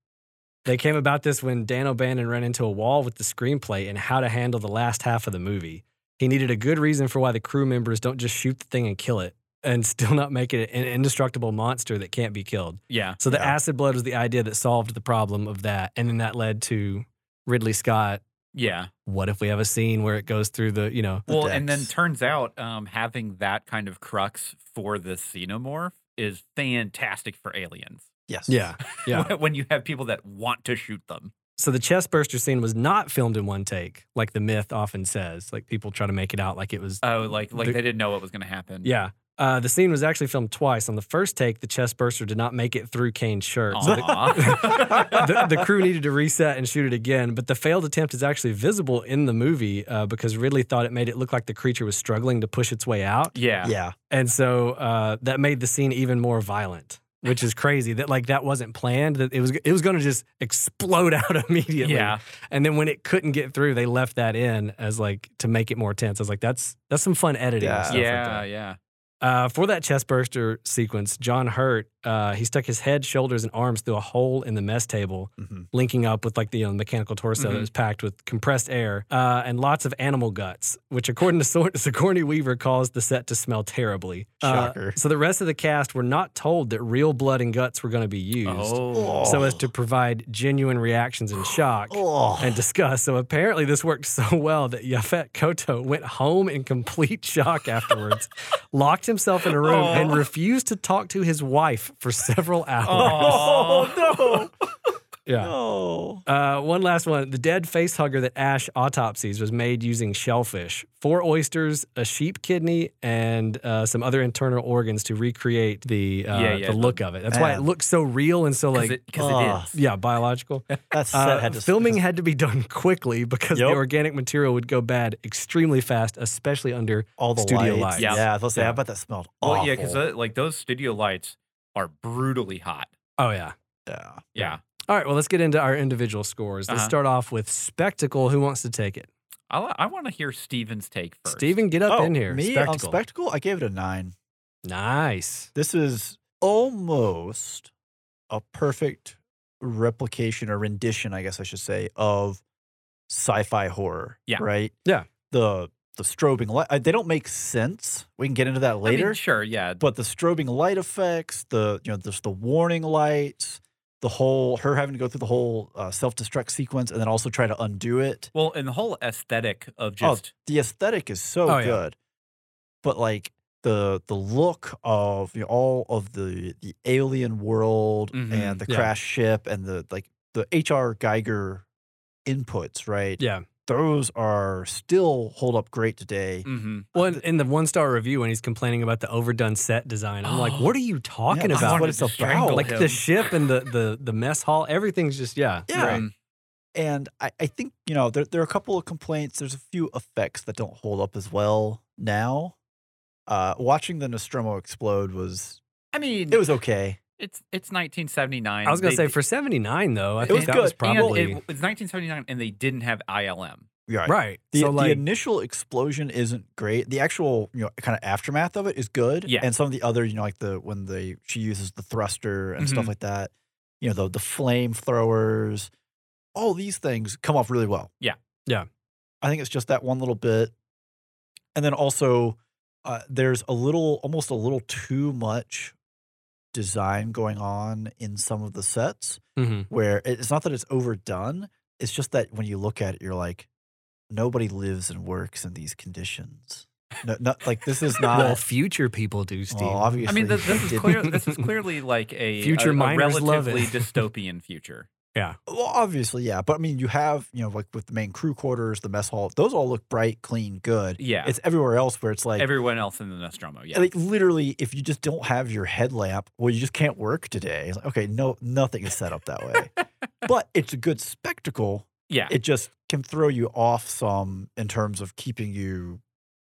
Speaker 1: They came about this when Dan O'Bannon ran into a wall with the screenplay and how to handle the last half of the movie. He needed a good reason for why the crew members don't just shoot the thing and kill it and still not make it an indestructible monster that can't be killed.
Speaker 2: yeah
Speaker 1: So the
Speaker 3: Yeah.
Speaker 1: acid blood was the idea that solved the problem of that. And then that led to Ridley Scott.
Speaker 2: yeah
Speaker 1: What if we have a scene where it goes through the, you know,
Speaker 3: The
Speaker 2: well and then
Speaker 3: decks.
Speaker 2: turns out um having that kind of crux for the xenomorph is fantastic for aliens
Speaker 3: yes
Speaker 1: yeah, yeah.
Speaker 2: when you have people that want to shoot them
Speaker 1: So the chest burster scene was not filmed in one take, like the myth often says. Like people try to make it out like it was.
Speaker 2: oh like like
Speaker 1: The-
Speaker 2: they didn't know what was going to happen
Speaker 1: Yeah. Uh, the scene was actually filmed twice. On the first take, the chest burster did not make it through Kane's shirt. So the-
Speaker 2: Aw.
Speaker 1: the, the crew needed to reset and shoot it again, but the failed attempt is actually visible in the movie uh, because Ridley thought it made it look like the creature was struggling to push its way out,
Speaker 2: yeah.
Speaker 3: Yeah.
Speaker 1: and so uh, that made the scene even more violent, which is crazy. That like that wasn't planned. That it was it was going to just explode out immediately.
Speaker 2: Yeah.
Speaker 1: And then when it couldn't get through, they left that in as like to make it more tense. I was like, that's that's some fun editing. and
Speaker 3: Yeah.
Speaker 1: stuff like that.
Speaker 2: Yeah. Yeah.
Speaker 1: Uh, for that chest burster sequence, John Hurt, uh, he stuck his head, shoulders, and arms through a hole in the mess table,
Speaker 3: Mhm.
Speaker 1: linking up with like the you know, mechanical torso that
Speaker 2: Mhm.
Speaker 1: was packed with compressed air uh, and lots of animal guts, which, according to Sor- Sigourney Weaver, caused the set to smell terribly. Uh,
Speaker 3: Shocker.
Speaker 1: so the rest of the cast were not told that real blood and guts were going to be used,
Speaker 2: Oh.
Speaker 1: so as to provide genuine reactions and shock
Speaker 3: Oh.
Speaker 1: and discuss. So apparently, this worked so well that Yafet Koto went home in complete shock afterwards, locked himself in a room,
Speaker 2: Aw.
Speaker 1: and refused to talk to his wife for several hours. Oh,
Speaker 2: Aw.
Speaker 3: no.
Speaker 1: Yeah.
Speaker 3: Oh, no.
Speaker 1: Uh, one last one. The dead face hugger that Ash autopsies was made using shellfish, four oysters, a sheep kidney, and uh, some other internal organs to recreate the uh,
Speaker 2: Yeah, yeah,
Speaker 1: the
Speaker 2: the-
Speaker 1: look of it. That's why it
Speaker 3: Man.
Speaker 1: looks so real and so
Speaker 2: Because
Speaker 1: like
Speaker 2: it, 'cause it
Speaker 3: Ugh.
Speaker 2: is.
Speaker 1: yeah biological.
Speaker 3: That set
Speaker 1: Uh,
Speaker 3: had to
Speaker 1: filming had to be done quickly because the
Speaker 3: Yep.
Speaker 1: organic material would go bad extremely fast, especially under.
Speaker 3: all the
Speaker 1: studio lights.
Speaker 3: lights. Yeah.
Speaker 2: Yeah.
Speaker 3: I was gonna say,
Speaker 1: Yeah.
Speaker 3: I bet that smelled
Speaker 2: Well,
Speaker 3: awful.
Speaker 2: yeah, because like those studio lights are brutally hot.
Speaker 1: Oh yeah.
Speaker 3: yeah.
Speaker 2: Yeah,
Speaker 1: All right. Well, let's get into our individual scores. Let's
Speaker 2: Uh-huh.
Speaker 1: start off with spectacle. Who wants to take it?
Speaker 2: I, I want to hear Steven's take first.
Speaker 1: Steven, get up
Speaker 3: oh,
Speaker 1: in here.
Speaker 3: Me
Speaker 1: spectacle.
Speaker 3: on spectacle, I gave it a nine.
Speaker 1: nice.
Speaker 3: This is almost a perfect replication or rendition, I guess I should say, of sci-fi horror.
Speaker 2: Yeah.
Speaker 3: Right.
Speaker 1: Yeah.
Speaker 3: The the strobing light. uh, They don't make sense. We can get into that
Speaker 2: I mean,
Speaker 3: later.
Speaker 2: sure, yeah,
Speaker 3: but the strobing light effects, the you know, just the warning lights, the whole her having to go through the whole uh, self-destruct sequence and then also try to undo it.
Speaker 2: Well, and the whole aesthetic of
Speaker 3: Oh,
Speaker 2: just
Speaker 3: the aesthetic is so
Speaker 1: Oh, yeah.
Speaker 3: good, but like the the look of you know, all of the the alien world
Speaker 2: Mhm,
Speaker 3: and the
Speaker 1: Mm-hmm, yeah.
Speaker 3: crash ship and the like the H.R. Geiger inputs, right?
Speaker 1: Yeah.
Speaker 3: Those are still hold up great
Speaker 1: Mm,
Speaker 3: today.
Speaker 2: mhm.
Speaker 1: Well, in, in the one star review, when he's complaining about the overdone set design, I'm like, what are you talking
Speaker 3: Yeah, I
Speaker 1: about?
Speaker 3: wanted it's
Speaker 2: to
Speaker 3: about.
Speaker 2: strangle
Speaker 1: like the
Speaker 2: him.
Speaker 1: ship and the, the, the mess hall, everything's just, yeah.
Speaker 3: Yeah.
Speaker 1: right.
Speaker 2: Mm,
Speaker 3: And I, I think, you know, there, there are a couple of complaints. There's a few effects that don't hold up as well now. Uh, watching the Nostromo explode was,
Speaker 2: I mean,
Speaker 3: it was okay.
Speaker 2: it's it's 1979.
Speaker 1: I was going to
Speaker 2: They-
Speaker 1: say for 79 though, I
Speaker 2: It
Speaker 1: think
Speaker 2: was
Speaker 1: that was
Speaker 3: good,
Speaker 2: and it-
Speaker 1: probably.
Speaker 2: it's 1979, and they didn't have ILM.
Speaker 3: Right.
Speaker 1: right.
Speaker 3: The,
Speaker 1: so
Speaker 3: the
Speaker 1: like,
Speaker 3: initial explosion isn't great. The actual, you know, kind of aftermath of it is good.
Speaker 2: Yeah.
Speaker 3: And some of the other, you know, like the when they she uses the thruster and stuff
Speaker 2: Mhm.
Speaker 3: like that, you know, the the flamethrowers, all these things come off really well.
Speaker 2: Yeah.
Speaker 1: Yeah.
Speaker 3: I think it's just that one little bit. And then also uh, there's a little almost a little too much design going on in some of the sets
Speaker 1: mhm.
Speaker 3: where it- it's not that it's overdone. It's just that when you look at it, you're like, nobody lives and works in these conditions. No, not like this is not.
Speaker 1: well, future people do, Steve.
Speaker 3: well, obviously,
Speaker 2: I mean, this,
Speaker 3: they
Speaker 2: this is
Speaker 3: didn't-
Speaker 2: clear. This is clearly like a
Speaker 1: Future
Speaker 2: a, a
Speaker 1: miners love
Speaker 2: relatively
Speaker 1: it.
Speaker 2: dystopian future.
Speaker 3: Well, obviously, yeah. But I mean, you have you know, like with the main crew quarters, the mess hall, those all look bright, clean, good.
Speaker 2: Yeah,
Speaker 3: It's everywhere else where it's like,
Speaker 2: everyone else in the Nostromo. Yeah,
Speaker 3: like literally, if you just don't have your headlamp, well, you just can't work today. It's like, okay, no, nothing is set up that way. but it's a good spectacle
Speaker 2: yeah,
Speaker 3: it just can throw you off some in terms of keeping you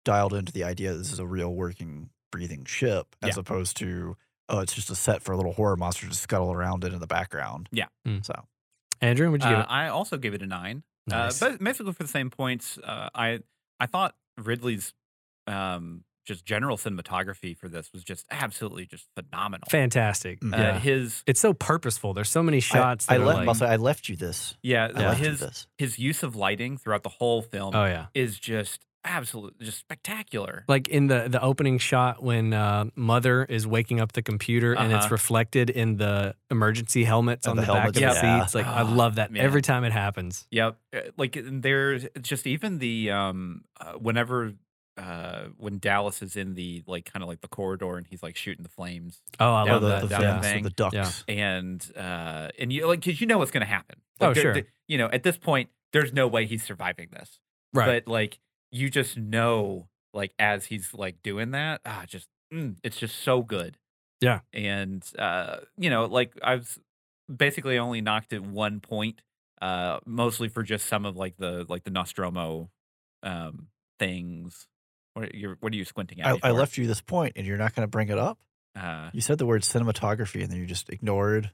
Speaker 3: dialed into the idea that this is a real working breathing ship as
Speaker 2: Yeah.
Speaker 3: opposed to oh it's just a set for a little horror monster to scuttle around in in the background
Speaker 2: Yeah.
Speaker 1: Mm.
Speaker 3: so
Speaker 1: Andrew, would you give
Speaker 2: Uh,
Speaker 1: it?
Speaker 2: I also gave it a nine.
Speaker 1: Nice.
Speaker 2: Uh, but basically for the same points, uh, I I thought Ridley's um, just general cinematography for this was just absolutely just phenomenal.
Speaker 1: Fantastic.
Speaker 3: Mm.
Speaker 2: Uh,
Speaker 1: yeah.
Speaker 2: His
Speaker 1: It's so purposeful. There's so many shots.
Speaker 3: i, I
Speaker 1: that are
Speaker 3: left
Speaker 1: like-
Speaker 3: also, i left you this
Speaker 2: yeah, uh,
Speaker 3: i
Speaker 1: Yeah.
Speaker 3: left you
Speaker 2: his
Speaker 3: this
Speaker 2: his use of lighting throughout the whole film
Speaker 1: oh yeah.
Speaker 2: is just absolutely just spectacular.
Speaker 1: like in the the opening shot when uh, mother is waking up the computer and it's
Speaker 2: Uh-huh. reflected
Speaker 1: reflected in the emergency helmets
Speaker 3: Oh,
Speaker 1: on
Speaker 3: the
Speaker 1: the, back of
Speaker 3: helmets,
Speaker 1: the
Speaker 3: yeah.
Speaker 1: seats like i love that
Speaker 2: Man.
Speaker 1: every time it happens
Speaker 2: Yep. Uh, Like and there's just even the um uh, whenever uh when Dallas is in the like kind of like the corridor and he's like shooting the flames
Speaker 1: oh i
Speaker 2: Yeah,
Speaker 1: love
Speaker 3: the,
Speaker 1: that
Speaker 3: the,
Speaker 2: down
Speaker 1: yeah.
Speaker 3: fins with
Speaker 2: thing.
Speaker 3: the ducks
Speaker 1: Yeah.
Speaker 2: and uh and you like because you know what's gonna happen.
Speaker 1: Oh,
Speaker 2: Like, there-
Speaker 1: sure.
Speaker 2: there- you know, at this point, there's no way he's surviving this.
Speaker 1: right
Speaker 2: But like you just know, like as he's like doing that, ah, just mm, it's just so good.
Speaker 1: Yeah.
Speaker 2: And uh, you know, like I've basically only knocked it one point, uh, mostly for just some of like the like the Nostromo um things. What are you what are you squinting at?
Speaker 3: I,
Speaker 2: me
Speaker 3: I
Speaker 2: for?
Speaker 3: left you this point, and you're not going to bring it up.
Speaker 2: uh
Speaker 3: You said the word cinematography, and then you just ignored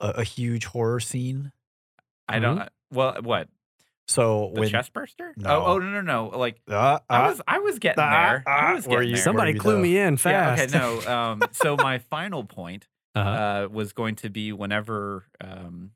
Speaker 3: a, a huge horror scene.
Speaker 2: I don't uh, well what?
Speaker 3: So
Speaker 2: The
Speaker 3: Mm-hmm. when
Speaker 2: chest burster?
Speaker 3: No.
Speaker 2: Oh, oh no no no. Like
Speaker 3: Ah,
Speaker 2: I
Speaker 3: ah,
Speaker 2: was I was getting
Speaker 3: ah,
Speaker 2: there. I
Speaker 3: ah,
Speaker 2: was
Speaker 3: were
Speaker 2: getting
Speaker 3: you-
Speaker 2: there.
Speaker 1: Somebody
Speaker 3: Where do we
Speaker 1: clue
Speaker 3: go?
Speaker 1: me in
Speaker 2: Yeah,
Speaker 1: fast.
Speaker 2: okay, no. Um so my final point
Speaker 1: Uh-huh.
Speaker 2: uh, was going to be whenever um,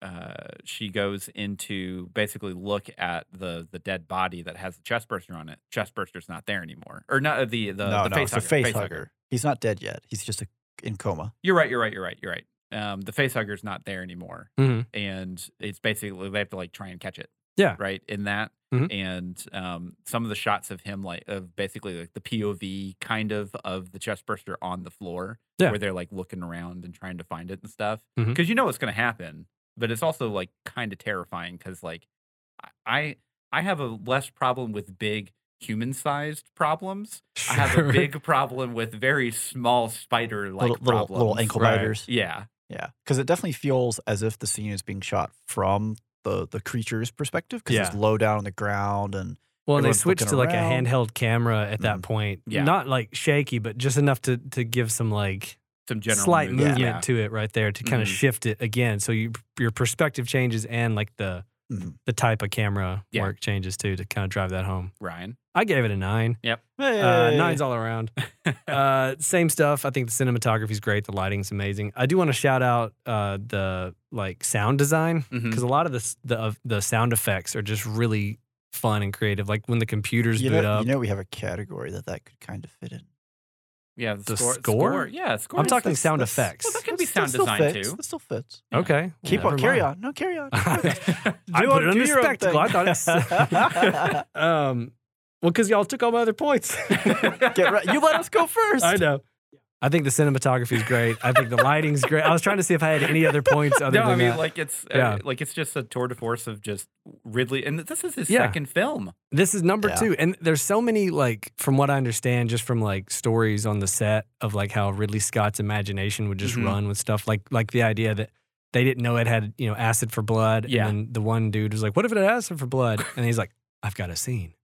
Speaker 2: uh, she goes into basically look at the the dead body that has the chest burster on it. Chest burster's not there anymore, or not uh, the the,
Speaker 3: no,
Speaker 2: the
Speaker 3: no,
Speaker 2: face
Speaker 3: it's
Speaker 2: hugger.
Speaker 3: the face hugger. He's not dead yet. He's just a, in coma.
Speaker 2: You're right. You're right. You're right. You're right. Um, the face hugger's not there anymore,
Speaker 1: Mhm.
Speaker 2: and it's basically they have to like try and catch it.
Speaker 1: Yeah.
Speaker 2: Right in that,
Speaker 1: Mhm.
Speaker 2: and um, some of the shots of him like of basically like the POV kind of of the chest burster on the floor,
Speaker 1: Yeah.
Speaker 2: where they're like looking around and trying to find it and stuff, because
Speaker 1: Mhm.
Speaker 2: you know what's going to happen, but it's also like kind of terrifying because like I I have a less problem with big human sized problems. I have
Speaker 1: Sure.
Speaker 2: a big problem with very small spider like
Speaker 3: little, little,
Speaker 2: problems.
Speaker 3: little ankle
Speaker 1: right.
Speaker 3: biters.
Speaker 2: Yeah.
Speaker 3: Yeah, because it definitely feels as if the scene is being shot from the the creature's perspective because it's low down on the ground and
Speaker 1: Well, and they
Speaker 3: Everyone's
Speaker 1: switched to
Speaker 3: looking
Speaker 1: like
Speaker 3: around.
Speaker 1: a handheld camera at that
Speaker 3: Mhm.
Speaker 1: point.
Speaker 2: Yeah.
Speaker 1: Not like shaky, but just enough to to give some like
Speaker 2: Some general
Speaker 1: slight
Speaker 2: movement.
Speaker 1: movement
Speaker 2: Yeah.
Speaker 1: to it right there to kind of
Speaker 2: Mhm.
Speaker 1: shift it again. So you, your perspective changes and like the
Speaker 3: Mhm.
Speaker 1: the type of camera
Speaker 2: Mm-hmm. Yeah.
Speaker 1: work changes too to kind of drive that home.
Speaker 2: Ryan.
Speaker 1: I gave it a nine. Uh,
Speaker 3: Hey.
Speaker 1: nines all around. uh, same stuff. I think the cinematography is great. The lighting's amazing. I do want to shout out uh, the like sound design
Speaker 2: Mhm.
Speaker 1: because a lot of the s- the of the sound effects are just really fun and creative. Like when the computers
Speaker 3: you
Speaker 1: boot
Speaker 3: know,
Speaker 1: up.
Speaker 3: you know we have a category that that could kind of fit in.
Speaker 2: Yeah. The,
Speaker 1: The
Speaker 2: score,
Speaker 1: score?
Speaker 2: Yeah. Score.
Speaker 1: I'm
Speaker 2: is-
Speaker 1: talking
Speaker 3: That's-
Speaker 1: sound
Speaker 3: that's-
Speaker 1: effects.
Speaker 2: Well, that could be
Speaker 3: that's- that
Speaker 2: sound
Speaker 3: still
Speaker 2: design
Speaker 3: fits.
Speaker 2: too.
Speaker 3: That still fits.
Speaker 2: Yeah.
Speaker 1: Okay.
Speaker 3: Keep
Speaker 1: Well,
Speaker 3: on,
Speaker 1: never
Speaker 3: carry
Speaker 1: mind.
Speaker 3: on. No, carry on.
Speaker 1: I
Speaker 3: Do
Speaker 1: put
Speaker 3: your-
Speaker 1: it
Speaker 3: do
Speaker 1: under
Speaker 3: your own
Speaker 1: spectacle. I
Speaker 3: thing.
Speaker 1: thought it's. um, well, because y'all took all my other points.
Speaker 3: Get right. You let us go first.
Speaker 1: I know. I think the cinematography is great. I think the lighting's great. I was trying to see if I had any other points other
Speaker 2: no,
Speaker 1: than
Speaker 2: I mean
Speaker 1: that.
Speaker 2: like it's uh,
Speaker 1: Yeah.
Speaker 2: like it's just a tour de force of just Ridley, and this is his
Speaker 1: Yeah.
Speaker 2: second film.
Speaker 1: This is number
Speaker 3: Yeah.
Speaker 1: two. And there's so many, like, from what I understand, just from like stories on the set of like how Ridley Scott's imagination would just
Speaker 3: Mm-hmm.
Speaker 2: Mhm.
Speaker 1: run with stuff. Like, like the idea that they didn't know it had, you know, acid for blood.
Speaker 2: Yeah.
Speaker 1: And then the one dude was like, what if it had acid for blood? And he's like, I've got a scene.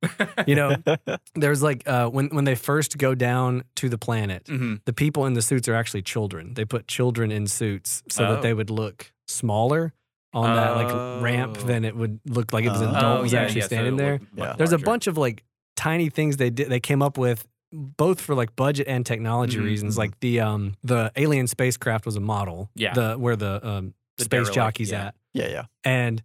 Speaker 1: You know, there's like uh, when, when they first go down to the planet,
Speaker 2: hmm
Speaker 1: the people in the suits are actually children. They put children in suits so
Speaker 2: Oh.
Speaker 1: that they would look smaller on that like ramp
Speaker 2: Oh.
Speaker 1: than it would look like it was an
Speaker 3: Oh,
Speaker 1: adult was
Speaker 2: yeah,
Speaker 1: actually
Speaker 2: yeah, so
Speaker 1: standing
Speaker 2: it
Speaker 1: there.
Speaker 2: looked much
Speaker 3: Yeah.
Speaker 1: There's a
Speaker 2: larger.
Speaker 1: bunch of like tiny things they did they came up with both for like budget and technology
Speaker 2: Mhm,
Speaker 1: reasons.
Speaker 3: mhm.
Speaker 1: Like the um the alien spacecraft was a model.
Speaker 2: Yeah.
Speaker 1: The where the um
Speaker 2: The
Speaker 1: space
Speaker 2: derelict,
Speaker 1: jockey's
Speaker 2: yeah.
Speaker 1: at.
Speaker 3: yeah, yeah.
Speaker 1: And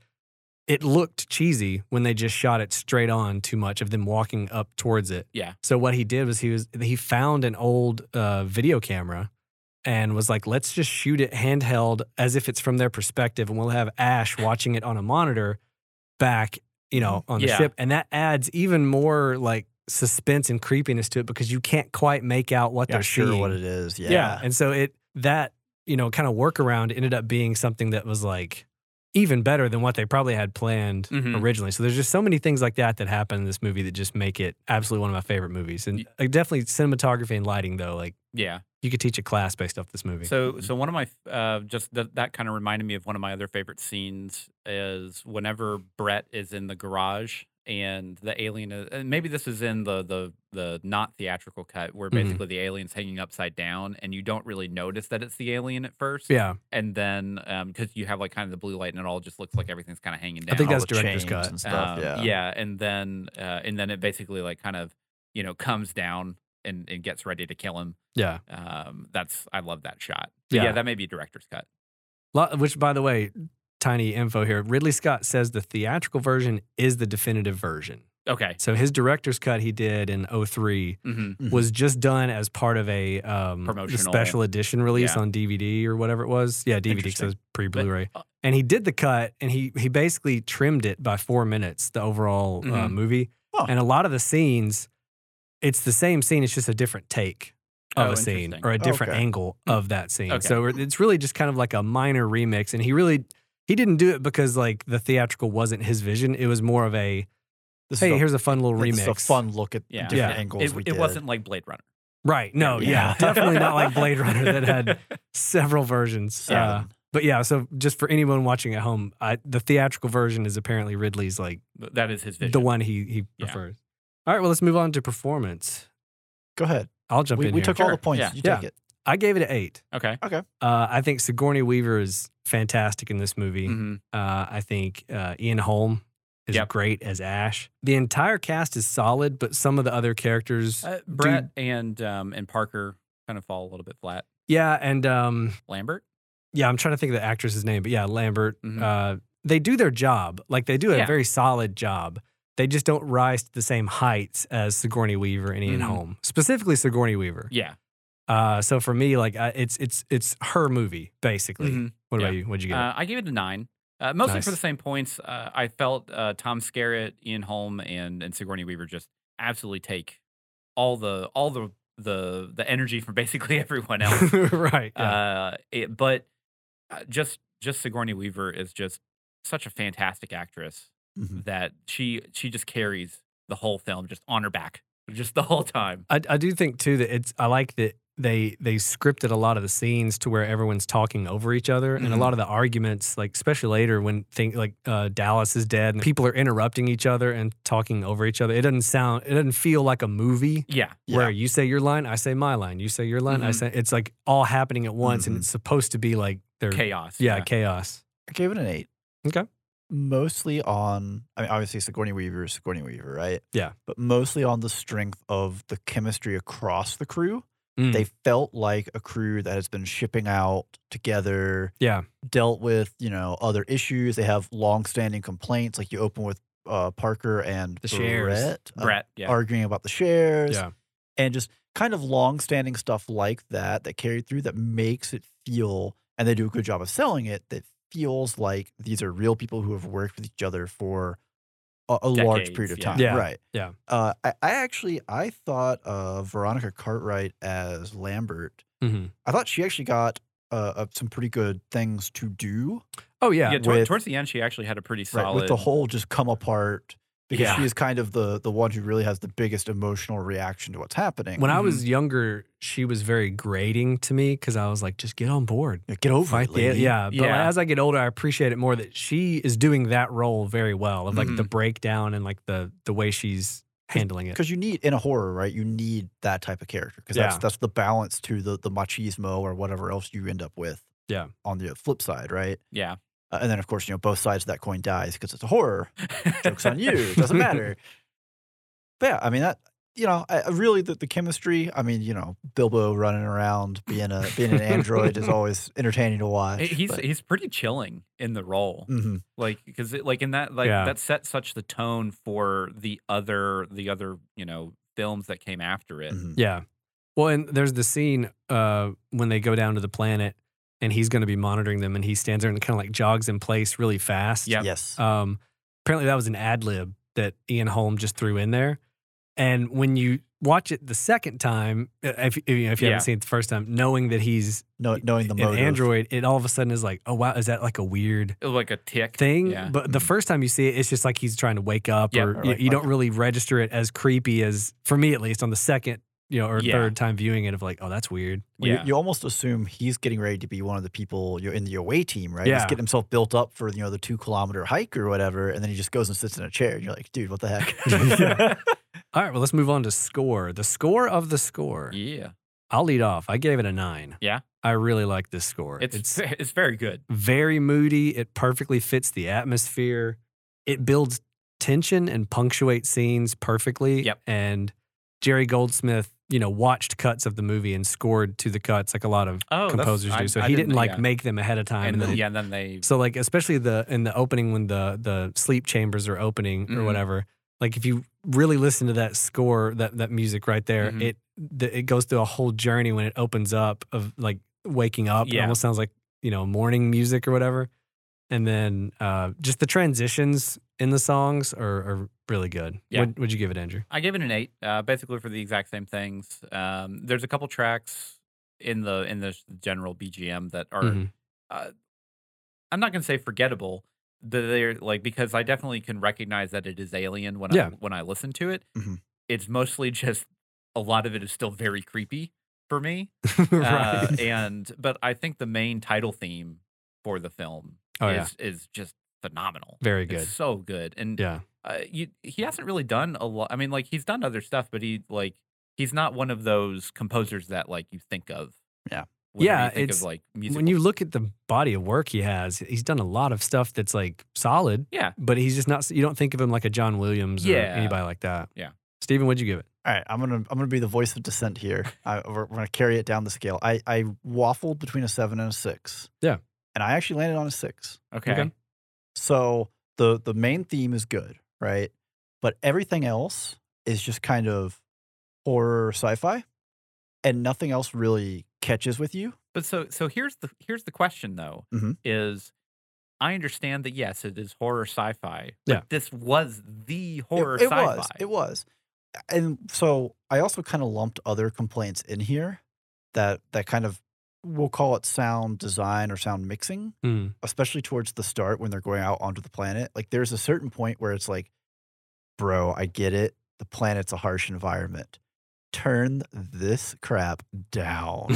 Speaker 1: it looked cheesy when they just shot it straight on too much of them walking up towards it.
Speaker 2: Yeah.
Speaker 1: So what he did was he was he found an old uh, video camera and was like, let's just shoot it handheld as if it's from their perspective, and we'll have Ash watching it on a monitor back, you know, on the
Speaker 2: Yeah.
Speaker 1: ship, and that adds even more like suspense and creepiness to it because you can't quite make out what
Speaker 3: Not
Speaker 1: they're
Speaker 3: sure
Speaker 1: seeing.
Speaker 3: what it is. Yeah.
Speaker 1: And so it that, you know, kind of workaround ended up being something that was like even better than what they probably had planned
Speaker 2: Mhm.
Speaker 1: originally. So there's just so many things like that that happen in this movie that just make it absolutely one of my favorite movies. And
Speaker 2: Y-
Speaker 1: like, definitely cinematography and lighting though, like
Speaker 2: Yeah.
Speaker 1: you could teach a class based off this movie.
Speaker 2: So, so one of my uh, just th- that kind of reminded me of one of my other favorite scenes is whenever Brett is in the garage and the alien. Is, and maybe this is in the the the not theatrical cut where
Speaker 1: Mhm.
Speaker 2: basically the alien's hanging upside down and you don't really notice that it's the alien at first.
Speaker 1: yeah,
Speaker 2: and then because you have like kind of the blue light and it all just looks like everything's kind of hanging down.
Speaker 1: I think
Speaker 3: All
Speaker 1: that's
Speaker 3: the
Speaker 1: director's
Speaker 3: chains
Speaker 1: cut.
Speaker 3: and stuff.
Speaker 2: Um,
Speaker 3: yeah.
Speaker 2: and then uh, and then it basically like kind of you know comes down and, and gets ready to kill him.
Speaker 1: yeah.
Speaker 2: Um, that's I love that shot. But yeah.
Speaker 1: Yeah.
Speaker 2: that may be director's cut.
Speaker 1: Lo- Which, by the way, tiny info here. Ridley Scott says the theatrical version is the definitive version.
Speaker 2: Okay.
Speaker 1: So his director's cut he did in oh 3
Speaker 2: hmm
Speaker 3: Mhm.
Speaker 1: was just done as part of a um, the
Speaker 2: Promotional.
Speaker 1: special edition release
Speaker 2: Yeah.
Speaker 1: on DVD or whatever it was. Yeah, DVD
Speaker 3: Interesting.
Speaker 1: says pre
Speaker 2: But-
Speaker 1: Blu-ray,
Speaker 2: uh,
Speaker 1: and he did the cut, and he he basically trimmed it by four minutes, the overall uh,
Speaker 2: Mhm.
Speaker 1: movie,
Speaker 3: Huh.
Speaker 1: and a lot of the scenes, it's the same scene, it's just a different take of
Speaker 2: Oh,
Speaker 1: a scene
Speaker 2: interesting. Hmm.
Speaker 1: or a different
Speaker 3: Okay.
Speaker 1: angle of that scene.
Speaker 2: Okay.
Speaker 1: So it's really just kind of like a minor remix, and he really he didn't do it because like the theatrical wasn't his vision. It was more of a
Speaker 3: This
Speaker 1: hey,
Speaker 3: is a,
Speaker 1: here's a fun little
Speaker 3: this
Speaker 1: remix.
Speaker 3: is a fun look at
Speaker 2: Yeah.
Speaker 3: different
Speaker 1: Yeah.
Speaker 3: angles.
Speaker 2: It,
Speaker 3: we
Speaker 2: it
Speaker 3: did.
Speaker 2: wasn't like Blade Runner.
Speaker 1: Right. No, yeah.
Speaker 3: Yeah.
Speaker 1: Definitely not like Blade Runner that had several versions. Uh,
Speaker 3: Seven.
Speaker 1: but yeah, so just for anyone watching at home, I, the theatrical version is apparently Ridley's like
Speaker 2: Th- That is his vision.
Speaker 1: the one he, he
Speaker 2: Yeah.
Speaker 1: prefers. All right, well, let's move on to performance.
Speaker 3: Go ahead.
Speaker 1: I'll jump
Speaker 3: We,
Speaker 1: in
Speaker 3: we
Speaker 1: here.
Speaker 3: took all
Speaker 2: Sure.
Speaker 3: the points.
Speaker 2: Yeah.
Speaker 3: You
Speaker 1: Yeah.
Speaker 3: take it.
Speaker 1: I gave it an eight.
Speaker 2: Okay.
Speaker 1: Uh, I think Sigourney Weaver is fantastic in this movie.
Speaker 2: Mhm.
Speaker 1: Uh, I think uh, Ian Holm is
Speaker 2: Yep.
Speaker 1: great as Ash. The entire cast is solid, but some of the other characters,
Speaker 2: Uh, Brett and um, and Parker kind of fall a little bit flat.
Speaker 1: yeah, and um,
Speaker 2: Lambert.
Speaker 1: yeah, I'm trying to think of the actress's name, but yeah, Lambert.
Speaker 2: Mhm.
Speaker 1: Uh, they do their job, like they do a
Speaker 2: Yeah.
Speaker 1: very solid job. They just don't rise to the same heights as Sigourney Weaver and Ian
Speaker 2: Mhm.
Speaker 1: Holm, specifically Sigourney Weaver.
Speaker 2: Yeah.
Speaker 1: Uh, so for me, like I, it's it's it's her movie basically.
Speaker 2: Mhm.
Speaker 1: What about
Speaker 2: Yeah.
Speaker 1: you? What'd you get?
Speaker 2: Uh, I gave it a nine, uh, mostly
Speaker 1: Nice.
Speaker 2: for the same points. Uh, I felt uh, Tom Skerritt, Ian Holm, and and Sigourney Weaver just absolutely take all the all the the the energy from basically everyone else.
Speaker 1: right. yeah.
Speaker 2: uh, it, but uh, just just Sigourney Weaver is just such a fantastic actress
Speaker 1: Mm-hmm.
Speaker 3: Mhm.
Speaker 2: that she she just carries the whole film just on her back, just the whole time.
Speaker 1: I, I do think too that it's I like that they they scripted a lot of the scenes to where everyone's talking over each other and a
Speaker 2: Mhm.
Speaker 1: lot of the arguments like especially later when think like uh, Dallas is dead and people are interrupting each other and talking over each other it doesn't sound it doesn't feel like a movie
Speaker 2: Yeah,
Speaker 1: where you say your line I say my line you say your line I
Speaker 2: Mhm.
Speaker 1: say it's like all happening at once and
Speaker 3: Mhm.
Speaker 1: it's supposed to be like they're
Speaker 2: chaos.
Speaker 1: yeah, chaos
Speaker 3: I gave it an eight.
Speaker 1: Okay.
Speaker 3: Mostly on, I mean, obviously Sigourney Weaver is Sigourney Weaver, right?
Speaker 1: Yeah.
Speaker 3: But mostly on the strength of the chemistry across the crew.
Speaker 1: Mm.
Speaker 3: They felt like a crew that has been shipping out together,
Speaker 1: yeah
Speaker 3: dealt with, you know, other issues. They have longstanding complaints. Like you open with uh, Parker and
Speaker 1: The shares.
Speaker 3: Brett, uh,
Speaker 2: Brett. Yeah,
Speaker 3: arguing about the shares
Speaker 1: yeah
Speaker 3: and just kind of long-standing stuff like that that carried through that makes it feel and they do a good job of selling it that feels like these are real people who have worked with each other for a, a large
Speaker 2: Decades,
Speaker 3: period of
Speaker 2: yeah.
Speaker 3: time
Speaker 1: Yeah,
Speaker 3: right
Speaker 1: yeah.
Speaker 3: uh, I, I actually i thought of veronica cartwright as lambert
Speaker 1: hmm
Speaker 3: i thought she actually got uh, uh, some pretty good things to do
Speaker 1: oh yeah,
Speaker 2: yeah. tor-
Speaker 3: with-
Speaker 2: towards the end, she actually had a pretty
Speaker 3: right,
Speaker 2: solid.
Speaker 3: with the whole just come apart because
Speaker 2: Yeah.
Speaker 3: she is kind of the the one who really has the biggest emotional reaction to what's happening
Speaker 1: when I
Speaker 2: Mhm.
Speaker 1: was younger she was very grating to me because I was like just get on board
Speaker 3: Yeah, get over
Speaker 1: fight
Speaker 3: it
Speaker 1: the
Speaker 3: lady.
Speaker 1: yeah. But
Speaker 2: Yeah.
Speaker 1: as I get older, I appreciate it more that she is doing that role very well of like the
Speaker 3: Mm-hmm.
Speaker 2: Mhm.
Speaker 1: breakdown and like the the way she's handling it.
Speaker 3: because you need in a horror, right? You need that type of character because
Speaker 1: Yeah.
Speaker 3: that's that's the balance to the the machismo or whatever else you end up with.
Speaker 1: Yeah.
Speaker 3: On the flip side, right?
Speaker 2: yeah.
Speaker 3: Uh, and then of course, you know, both sides of that coin dies because it's a horror. Jokes on you. It doesn't matter. But yeah, I mean that. You know, I, I really the, the chemistry. I mean, you know, Bilbo running around being a being an android is always entertaining to watch.
Speaker 2: He's
Speaker 3: but-
Speaker 2: he's pretty chilling in the role.
Speaker 3: Mhm.
Speaker 2: like because like in that like
Speaker 1: Yeah.
Speaker 2: that set such the tone for the other the other you know films that came after it
Speaker 3: Mhm.
Speaker 1: Yeah. Well, and there's the scene uh, when they go down to the planet and he's going to be monitoring them and he stands there and kind of like jogs in place really fast.
Speaker 2: Yeah.
Speaker 3: Yes.
Speaker 1: Um, apparently, that was an ad lib that Ian Holm just threw in there. And when you watch it the second time, uh, if, if you
Speaker 2: Yeah.
Speaker 1: haven't seen it the first time, knowing that he's
Speaker 3: Know, knowing the
Speaker 1: an
Speaker 3: motive.
Speaker 1: android, it all of a sudden is like, oh, wow, is that like a weird
Speaker 2: It was like a tick
Speaker 1: thing.
Speaker 2: yeah Mm-hmm.
Speaker 1: But the
Speaker 3: Mhm.
Speaker 1: first time you see it, it's just like he's trying to wake up,
Speaker 2: Yeah,
Speaker 1: or
Speaker 3: or
Speaker 1: you,
Speaker 3: like-
Speaker 1: you don't really register it as creepy as for me at least on the second, you know, or
Speaker 2: Yeah.
Speaker 1: third time viewing it of like, oh, that's weird.
Speaker 3: Well,
Speaker 2: yeah
Speaker 3: You, you almost assume he's getting ready to be one of the people you're in the away team, right? He's
Speaker 1: Yeah.
Speaker 3: getting himself built up for you know the two kilometer hike or whatever, and then he just goes and sits in a chair, and you're like, dude, what the heck?
Speaker 2: yeah.
Speaker 1: All right, well, let's move on to score. The score of the score. I'll lead off. I gave it a nine.
Speaker 2: Yeah.
Speaker 1: I really like this score.
Speaker 2: it's it's, it's very good
Speaker 1: very moody. It perfectly fits the atmosphere. It builds tension and punctuates scenes perfectly.
Speaker 2: Yep.
Speaker 1: And Jerry Goldsmith, you know, watched cuts of the movie and scored to the cuts like a lot of
Speaker 2: oh
Speaker 1: composers do. So he didn't, like
Speaker 2: yeah.
Speaker 1: make them ahead of time.
Speaker 2: and
Speaker 1: And
Speaker 2: then,
Speaker 1: then-
Speaker 2: yeah and then they
Speaker 1: So like especially the in the opening when the the sleep chambers are opening or
Speaker 2: Mhm.
Speaker 1: whatever. Like if you really listen to that score that that music right there,
Speaker 2: Mhm.
Speaker 1: it the, it goes through a whole journey when it opens up of like waking up. It
Speaker 2: Yeah.
Speaker 1: almost sounds like you know morning music or whatever. And then uh, just the transitions in the songs are, are really good.
Speaker 2: Yeah.
Speaker 1: What would you give it, Andrew?
Speaker 2: I gave it an eight, uh, basically for the exact same things. Um, there's a couple tracks in the in the general BGM that are,
Speaker 1: Mhm.
Speaker 2: uh, I'm not gonna say forgettable. that They're like because I definitely can recognize that it is alien when
Speaker 1: Yeah.
Speaker 2: I when I listen to it.
Speaker 3: Mhm.
Speaker 2: It's mostly just a lot of it is still very creepy for me.
Speaker 1: right.
Speaker 2: Uh, and but I think the main title theme for the film
Speaker 1: Oh, yeah.
Speaker 2: is is just phenomenal.
Speaker 1: Very good.
Speaker 2: It's so good. And
Speaker 1: Yeah.
Speaker 2: uh, you, he hasn't really done a lot. I mean, like he's done other stuff, but he like he's not one of those composers that like you think of.
Speaker 3: Yeah.
Speaker 2: whenever
Speaker 1: Yeah,
Speaker 2: you think
Speaker 1: it's-
Speaker 2: of like music.
Speaker 1: When you look at the body of work he has, he's done a lot of stuff that's like solid,
Speaker 2: yeah,
Speaker 1: but he's just not, you don't think of him like a John Williams or
Speaker 2: Yeah.
Speaker 1: anybody like that.
Speaker 2: Yeah.
Speaker 1: Steven, what'd you give it?
Speaker 3: All right, I'm gonna I'm gonna be the voice of dissent here. I, we're, we're gonna carry it down the scale. I I waffled between a seven and a six.
Speaker 1: Yeah.
Speaker 3: and I actually landed on a six.
Speaker 2: okay,
Speaker 1: Okay.
Speaker 3: So the the main theme is good, right? But everything else is just kind of horror sci-fi, and nothing else really catches with you.
Speaker 2: But so so here's the here's the question though
Speaker 1: Mm-hmm.
Speaker 3: Mhm.
Speaker 2: is I understand that yes it is horror sci-fi but
Speaker 1: Yeah.
Speaker 2: this was the
Speaker 3: It-
Speaker 2: horror
Speaker 3: it,
Speaker 2: sci-fi
Speaker 3: was. It was. And so I also kind of lumped other complaints in here that that kind of we'll call it sound design or sound mixing.
Speaker 1: Mm.
Speaker 3: especially towards the start when they're going out onto the planet, like there's a certain point where it's like, bro, I get it. The planet's a harsh environment. Turn this crap down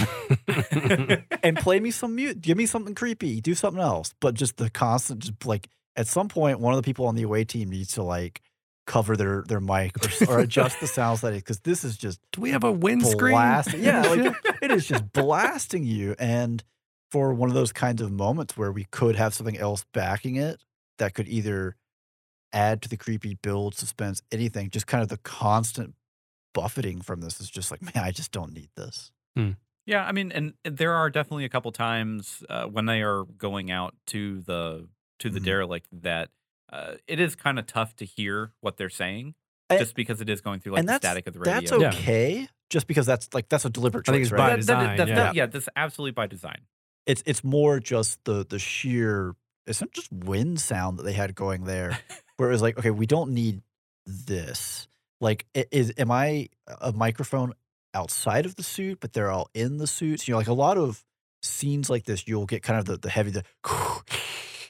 Speaker 1: Hmm.
Speaker 3: and play me some mute. Give me something creepy. Do something else. But just the constant, just like at some point, one of the people on the away team needs to like cover their their mic or, s- or adjust the sound settings because this is just
Speaker 1: Do we have a windscreen?
Speaker 3: Blasting. Yeah, like it is just blasting you. And for one of those kinds of moments where we could have something else backing it that could either add to the creepy build, suspense, anything, just kind of the constant buffeting from this is just like, man, I just don't need this.
Speaker 2: yeah I mean and there are definitely a couple times uh, when they are going out to the to the
Speaker 3: Mhm.
Speaker 2: derelict that uh, it is kind of tough to hear what they're saying
Speaker 3: And-
Speaker 2: just because it is going through like
Speaker 3: and
Speaker 2: the
Speaker 3: that's-
Speaker 2: static of the radio
Speaker 3: That's
Speaker 1: Yeah.
Speaker 3: okay. Just because that's like that's a deliberate choice,
Speaker 1: I think it's
Speaker 3: right?
Speaker 1: by
Speaker 2: That- that-
Speaker 1: design,
Speaker 2: that's-
Speaker 1: yeah.
Speaker 2: that- yeah that's absolutely by design
Speaker 3: it's it's more just the the sheer it's not just wind sound that they had going there where it was like okay we don't need this like i- is am i a microphone outside of the suit but they're all in the suits you know like a lot of scenes like this you'll get kind of the, the heavy the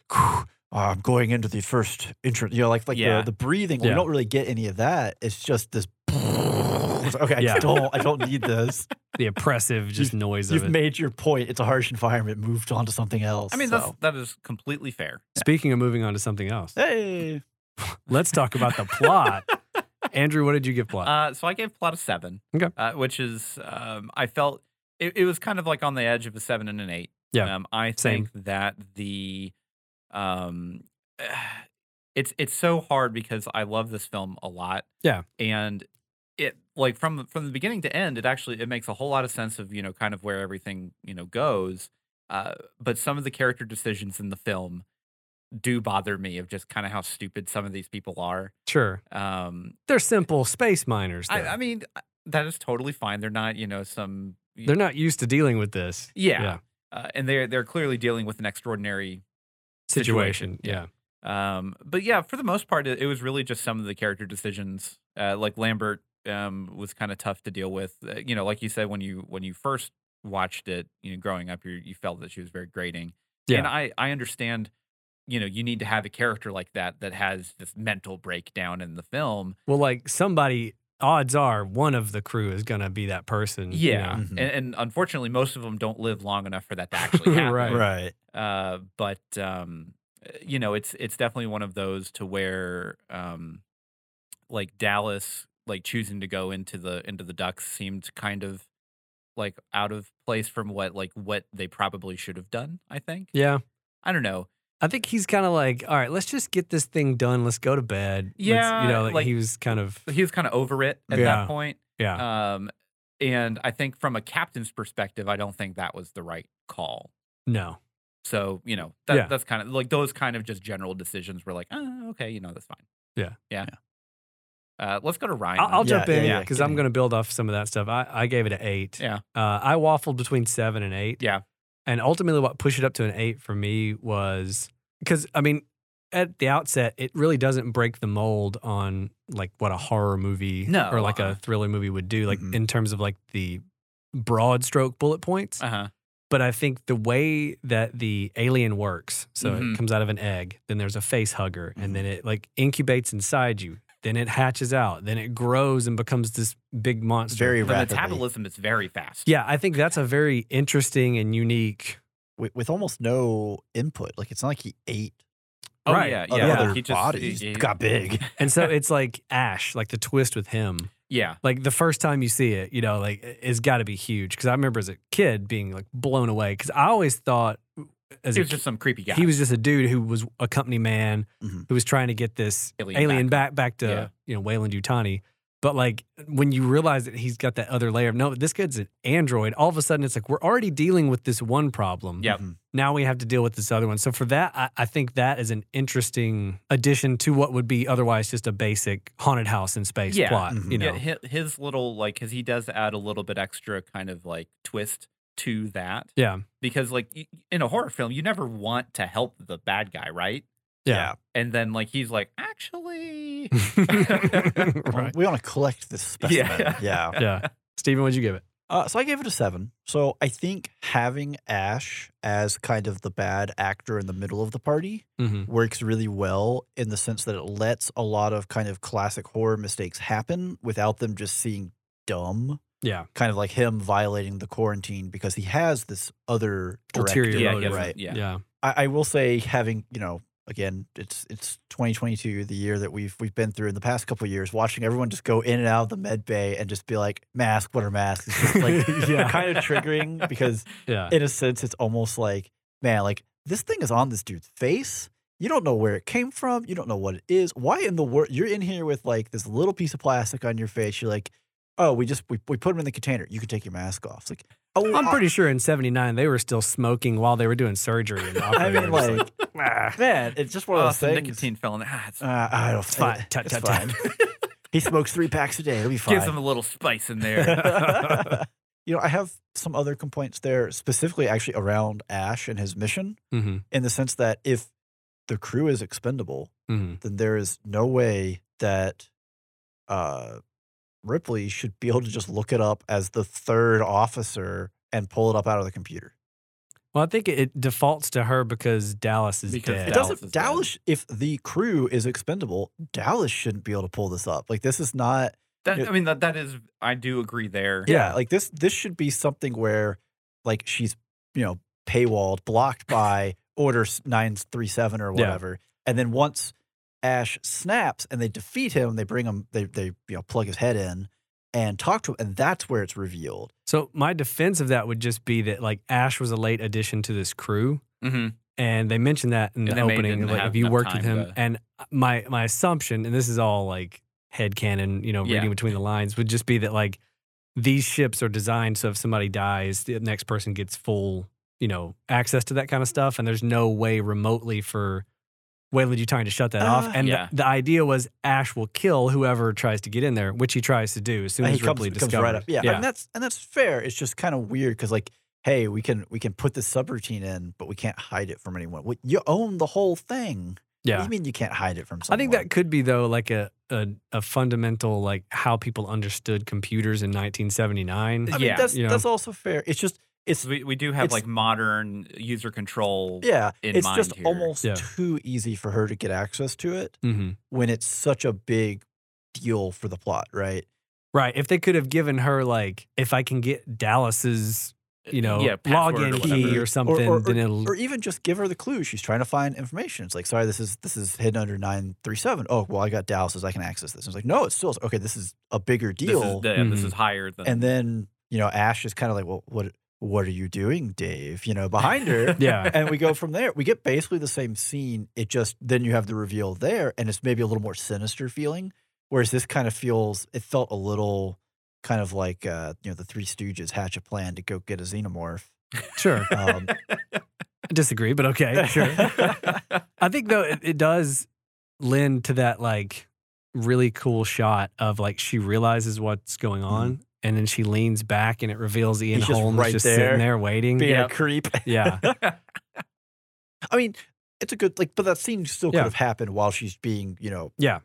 Speaker 3: "Ah, i'm going into the first entrance you know like like
Speaker 2: Yeah.
Speaker 3: the, the breathing
Speaker 1: Yeah.
Speaker 3: we don't really get any of that it's just this it's like, okay i
Speaker 1: Yeah.
Speaker 3: don't i don't need this
Speaker 1: the oppressive just noise of
Speaker 3: you've
Speaker 1: it.
Speaker 3: made your point it's a harsh environment moved on to something else
Speaker 2: I mean
Speaker 3: so.
Speaker 2: that's that is completely fair
Speaker 1: Speaking of moving on to something else,
Speaker 3: Hey.
Speaker 1: let's talk about the plot. Andrew, what did you give plot?
Speaker 2: Uh, so I gave plot a seven.
Speaker 1: Okay.
Speaker 2: Uh, which is, um, I felt it, it was kind of like on the edge of a seven and an eight.
Speaker 1: Yeah,
Speaker 2: Um, I
Speaker 1: same.
Speaker 2: think that the, um, it's it's so hard because I love this film a lot.
Speaker 1: Yeah.
Speaker 2: And it like from from the beginning to end, it actually it makes a whole lot of sense of you know kind of where everything you know goes. Uh, but some of the character decisions in the film do bother me of just kind of how stupid some of these people are.
Speaker 1: sure.
Speaker 2: Um,
Speaker 1: They're simple space miners.
Speaker 2: I,
Speaker 1: though.
Speaker 2: I mean, I- that is totally fine. They're not, you know, some.
Speaker 1: They're not used to dealing with this
Speaker 2: Yeah.
Speaker 1: yeah.
Speaker 2: Uh, and they're they're clearly dealing with an extraordinary.
Speaker 1: situation.
Speaker 2: Situation,
Speaker 1: Yeah.
Speaker 2: Um, but yeah, for the most part, it, it was really just some of the character decisions. Uh, like Lambert um, was kind of tough to deal with. Uh, you know, like you said when you when you first watched it, you know, growing up, you you felt that she was very grating.
Speaker 1: Yeah.
Speaker 2: And I I understand. You know, you need to have a character like that that has this mental breakdown in the film.
Speaker 1: Well, like somebody, odds are one of the crew is going to be that person. you
Speaker 2: Yeah,
Speaker 1: know.
Speaker 3: Mhm.
Speaker 2: and, and unfortunately, most of them don't live long enough for that to actually happen.
Speaker 1: Right.
Speaker 3: Right.
Speaker 2: Uh, but um, you know, it's it's definitely one of those to where um, like Dallas, like choosing to go into the into the Ducks seemed kind of like out of place from what like what they probably should have done. I think
Speaker 1: Yeah.
Speaker 2: I don't know.
Speaker 1: I think he's kind of like, all right, let's just get this thing done. Let's go to bed. Let's-"
Speaker 2: Yeah,
Speaker 1: you know, like,
Speaker 2: like-
Speaker 1: he was kind of,
Speaker 2: He was kind of over it at
Speaker 1: Yeah.
Speaker 2: that point.
Speaker 1: yeah.
Speaker 2: Um, and I think from a captain's perspective, I don't think that was the right call.
Speaker 1: no.
Speaker 2: So you know that,
Speaker 1: Yeah.
Speaker 2: that's kind of like those kind of just general decisions were like, oh, okay, you know that's fine.
Speaker 1: Yeah.
Speaker 2: yeah. Uh, let's go to Ryan.
Speaker 1: I'll, I'll
Speaker 3: Yeah,
Speaker 1: jump
Speaker 3: yeah,
Speaker 1: in
Speaker 2: yeah,
Speaker 1: because
Speaker 3: get
Speaker 1: I'm
Speaker 3: in.
Speaker 1: going to build off some of that stuff. I, I gave it an eight.
Speaker 2: Yeah.
Speaker 1: Uh, I waffled between seven and eight.
Speaker 2: Yeah.
Speaker 1: And ultimately, what pushed it up to an eight for me was because, I mean, at the outset, it really doesn't break the mold on like what a horror movie
Speaker 2: No,
Speaker 1: or like
Speaker 2: uh-uh.
Speaker 1: a thriller movie would do, like
Speaker 3: Mhm.
Speaker 1: in terms of like the broad stroke bullet points.
Speaker 2: uh huh.
Speaker 1: but I think the way that the alien works, so
Speaker 2: Mhm.
Speaker 1: it comes out of an egg, then there's a face hugger,
Speaker 2: Mm-hmm.
Speaker 3: Mhm.
Speaker 1: and then it like incubates inside you, Then it hatches out. Then it grows and becomes this big monster.
Speaker 3: very
Speaker 2: The
Speaker 3: rapidly
Speaker 2: metabolism is very fast.
Speaker 1: yeah, I think that's a very interesting and unique.
Speaker 3: with, with almost no input. Like it's not like he ate
Speaker 2: Oh,
Speaker 1: Right.
Speaker 2: yeah.
Speaker 3: other
Speaker 2: Yeah.
Speaker 3: other
Speaker 2: He just-
Speaker 3: bodies.
Speaker 2: he-
Speaker 3: got big.
Speaker 1: And so it's like Ash, like the twist with him.
Speaker 2: Yeah.
Speaker 1: Like the first time you see it, you know, like it's got to be huge. Cause I remember as a kid being like blown away. Cause I always thought as
Speaker 2: He
Speaker 1: a
Speaker 2: was just some creepy guy.
Speaker 1: He was just a dude who was a company man
Speaker 3: Mhm.
Speaker 1: who was trying to get this
Speaker 2: Alien
Speaker 1: alien, back back to
Speaker 2: Yeah.
Speaker 1: you know Wayland Utani. But like when you realize that he's got that other layer of no, this kid's an android. All of a sudden, it's like we're already dealing with this one problem.
Speaker 2: Yep.
Speaker 3: Mhm.
Speaker 1: Now we have to deal with this other one. So for that, I, I think that is an interesting addition to what would be otherwise just a basic haunted house in space
Speaker 2: Yeah.
Speaker 1: plot.
Speaker 3: Mhm.
Speaker 1: You know,
Speaker 2: Yeah, his, his little like because he does add a little bit extra kind of like twist to that.
Speaker 1: Yeah.
Speaker 2: because like y- in a horror film, you never want to help the bad guy, right?
Speaker 1: yeah,
Speaker 2: And then like he's like, actually,
Speaker 3: Well,
Speaker 1: right.
Speaker 3: We want to collect this specimen.
Speaker 2: Yeah.
Speaker 3: yeah.
Speaker 1: yeah. Steven, what'd you give it?
Speaker 3: Uh, so I gave it a seven. So I think having Ash as kind of the bad actor in the middle of the party
Speaker 1: Mm-hmm.
Speaker 3: works really well in the sense that it lets a lot of kind of classic horror mistakes happen without them just seeing dumb.
Speaker 1: Yeah.
Speaker 3: Kind of like him violating the quarantine because he has this other
Speaker 1: Ulterior
Speaker 3: directive,
Speaker 2: yeah, he
Speaker 1: motive.
Speaker 2: has-
Speaker 3: right?
Speaker 2: yeah,
Speaker 1: yeah.
Speaker 3: I, I will say having you know again it's it's 2022 the year that we've we've been through in the past couple of years watching everyone just go in and out of the med bay and just be like mask what are masks it's just like
Speaker 1: Yeah.
Speaker 3: kind of triggering because
Speaker 1: Yeah.
Speaker 3: in a sense it's almost like man like this thing is on this dude's face you don't know where it came from you don't know what it is why in the world you're in here with like this little piece of plastic on your face you're like oh we just we, we put him in the container you can take your mask off it's like oh
Speaker 1: I'm
Speaker 3: I-
Speaker 1: pretty sure in '79 they were still smoking while they were doing surgery. And
Speaker 3: I mean,
Speaker 1: operating. It's
Speaker 3: like,
Speaker 1: Ah.
Speaker 3: man, it's just one
Speaker 2: Oh,
Speaker 3: of
Speaker 2: oh,
Speaker 3: those
Speaker 2: some
Speaker 3: things.
Speaker 2: nicotine fell in there. Ah, it's-
Speaker 3: Uh, I don't.
Speaker 1: It's fine. Tut,
Speaker 3: it's
Speaker 1: tut, tut.
Speaker 3: fine. he smokes three packs a day. It'll be fine.
Speaker 2: gives him a little spice in there.
Speaker 3: you know, I have some other complaints there, specifically actually around Ash and his mission,
Speaker 1: Mhm,
Speaker 3: in the sense that if the crew is expendable,
Speaker 1: mhm.
Speaker 3: then there is no way that uh, Ripley should be able to just look it up as the third officer and pull it up out of the computer.
Speaker 1: Well, I think it, it defaults to her because Dallas is
Speaker 2: Because
Speaker 1: dead.
Speaker 3: It
Speaker 2: Dallas
Speaker 3: doesn't.
Speaker 2: is dead.
Speaker 3: Dallas, if the crew is expendable, Dallas shouldn't be able to pull this up. Like this is not.
Speaker 2: That,
Speaker 3: Yeah.
Speaker 2: I mean, that that is. I do agree there.
Speaker 3: Yeah, like this. This should be something where, like, she's you know paywalled, blocked by Order Nine Three Seven or
Speaker 1: Yeah.
Speaker 3: whatever, and then once Ash snaps and they defeat him, they bring him. They they you know plug his head in and talk to him, and that's where it's revealed.
Speaker 1: So my defense of that would just be that like Ash was a late addition to this crew,
Speaker 2: hmm
Speaker 1: and they mentioned that in
Speaker 2: And
Speaker 1: the
Speaker 2: they may
Speaker 1: opening.
Speaker 2: didn't
Speaker 1: Like,
Speaker 2: have
Speaker 1: if you
Speaker 2: enough
Speaker 1: worked with
Speaker 2: time
Speaker 1: him,
Speaker 2: to-
Speaker 1: and my my assumption, and this is all like headcanon, you know,
Speaker 2: Yeah.
Speaker 1: reading between the lines, would just be that like these ships are designed so if somebody dies, the next person gets full, you know, access to that kind of stuff. And there's no way remotely for Wayland Utani to shut that
Speaker 3: Uh,
Speaker 1: off. And
Speaker 2: Yeah.
Speaker 1: the, the idea was Ash will kill whoever tries to get in there, which he tries to do as soon
Speaker 3: And
Speaker 1: as
Speaker 3: he comes,
Speaker 1: Ripley
Speaker 3: comes
Speaker 1: discovers.
Speaker 3: right up. Yeah, and that's and that's fair. It's just kind of weird because like. Hey, we can we can put this subroutine in, but we can't hide it from anyone. Well, you own the whole thing. What do
Speaker 1: yeah.
Speaker 3: you mean you can't hide it from
Speaker 1: I
Speaker 3: someone?
Speaker 1: think that could be though like a, a a fundamental like how people understood computers in 1979.
Speaker 3: I mean,
Speaker 2: Yeah,
Speaker 3: that's
Speaker 1: you know.
Speaker 3: that's also fair. It's just it's
Speaker 2: We we do have
Speaker 3: It's-
Speaker 2: like modern user control.
Speaker 3: yeah,
Speaker 2: in
Speaker 3: it's
Speaker 2: mind
Speaker 3: just
Speaker 2: here.
Speaker 3: almost
Speaker 1: Yeah.
Speaker 3: too easy for her to get access to it
Speaker 1: Mhm.
Speaker 3: when it's such a big deal for the plot, right?
Speaker 1: Right. If they could have given her like if I can get Dallas's you know
Speaker 2: yeah, password
Speaker 1: login
Speaker 2: or
Speaker 1: key
Speaker 2: whatever.
Speaker 1: or something,
Speaker 3: or-
Speaker 1: then it'll
Speaker 3: Or even just give her the clue. She's trying to find information. It's like, sorry, this is this is hidden under nine three seven. Oh, well, I got Dallas's. I can access this. And it's like, no, it's still okay. This is a bigger
Speaker 2: This
Speaker 3: deal.
Speaker 2: is, the, this is higher than.
Speaker 3: Mm-hmm. and then you know, Ash is kind of like, well, what what are you doing, Dave? You know, behind her.
Speaker 1: yeah.
Speaker 3: and we go from there. We get basically the same scene. It just then you have the reveal there, and it's maybe a little more sinister feeling. Whereas this kind of feels it felt a little kind of like uh, you know the Three Stooges hatch a plan to go get a xenomorph.
Speaker 1: Sure.
Speaker 3: Um,
Speaker 1: I disagree, but okay, sure. I think though it, it does lend to that like really cool shot of like she realizes what's going on and then she leans back and it reveals Ian
Speaker 3: Mm-hmm. He's just
Speaker 1: Holmes
Speaker 3: right
Speaker 1: just
Speaker 3: there.
Speaker 1: sitting there waiting.
Speaker 3: being
Speaker 1: Yeah.
Speaker 2: Yep.
Speaker 3: a creep.
Speaker 1: Yeah.
Speaker 3: I mean, it's a good like, but that scene still
Speaker 1: Yeah.
Speaker 3: could have happened while she's being you know
Speaker 1: Yeah.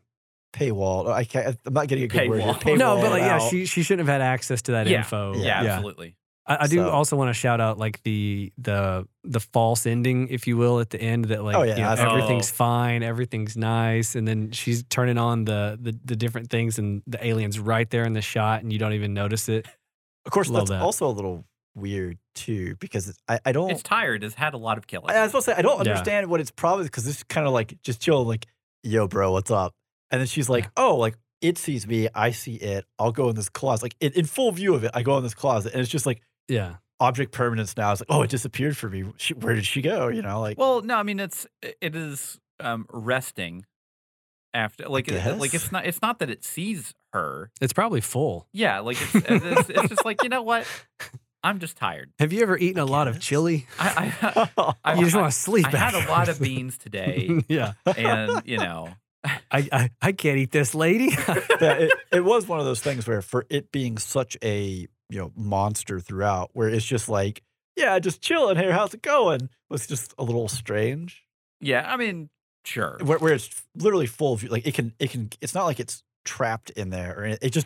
Speaker 3: paywall. I can't, I'm not getting a good word. here.
Speaker 2: Paywall.
Speaker 1: no,
Speaker 3: Paywalled
Speaker 1: but like yeah,
Speaker 3: out.
Speaker 1: she she shouldn't have had access to that
Speaker 2: Yeah.
Speaker 1: info.
Speaker 2: yeah, absolutely.
Speaker 1: I, I do
Speaker 3: So-
Speaker 1: also want to shout out like the the the false ending, if you will, at the end that like
Speaker 3: Oh, yeah,
Speaker 1: you know,
Speaker 3: I-
Speaker 1: everything's
Speaker 2: Oh.
Speaker 1: fine, everything's nice, and then she's turning on the, the the different things and the aliens right there in the shot, and you don't even notice it.
Speaker 3: Of course,
Speaker 1: Love
Speaker 3: that's
Speaker 1: that.
Speaker 3: also a little weird too because it's, I, I don't.
Speaker 2: It's tired. It's had a lot of killing.
Speaker 3: I I was supposed to say I don't
Speaker 1: Yeah.
Speaker 3: understand what its problem is because this is kind of like just chill, like, yo, bro, what's up? And then she's like, oh, like it sees me, I see it. I'll go in this closet, like in, in full view of it. I go in this closet, and it's just like
Speaker 1: Yeah,
Speaker 3: object permanence now. It's like, oh, it disappeared for me. She, where did she go? You know, like
Speaker 2: Well, no, I mean it's it is um, resting after like it, like
Speaker 3: guess.
Speaker 2: it's not it's not that it sees her.
Speaker 1: it's probably full.
Speaker 2: Yeah, like it's it's, it's just like you know what. I'm just tired.
Speaker 1: Have you ever eaten a lot of
Speaker 3: guess.
Speaker 1: chili?
Speaker 2: I I, I,
Speaker 1: you just
Speaker 2: I-
Speaker 1: want to sleep.
Speaker 2: I had a
Speaker 1: after.
Speaker 2: lot of beans today,
Speaker 1: yeah,
Speaker 2: and you know,
Speaker 1: I, I I can't eat this, lady.
Speaker 3: yeah, it, it was one of those things where for it being such a you know monster throughout, where it's just like, yeah, just chilling here. How's it going? Was just a little strange.
Speaker 2: yeah. I mean, sure.
Speaker 3: where, where it's literally full view. Like it can, it can. It's not like it's trapped in there, or it, it just,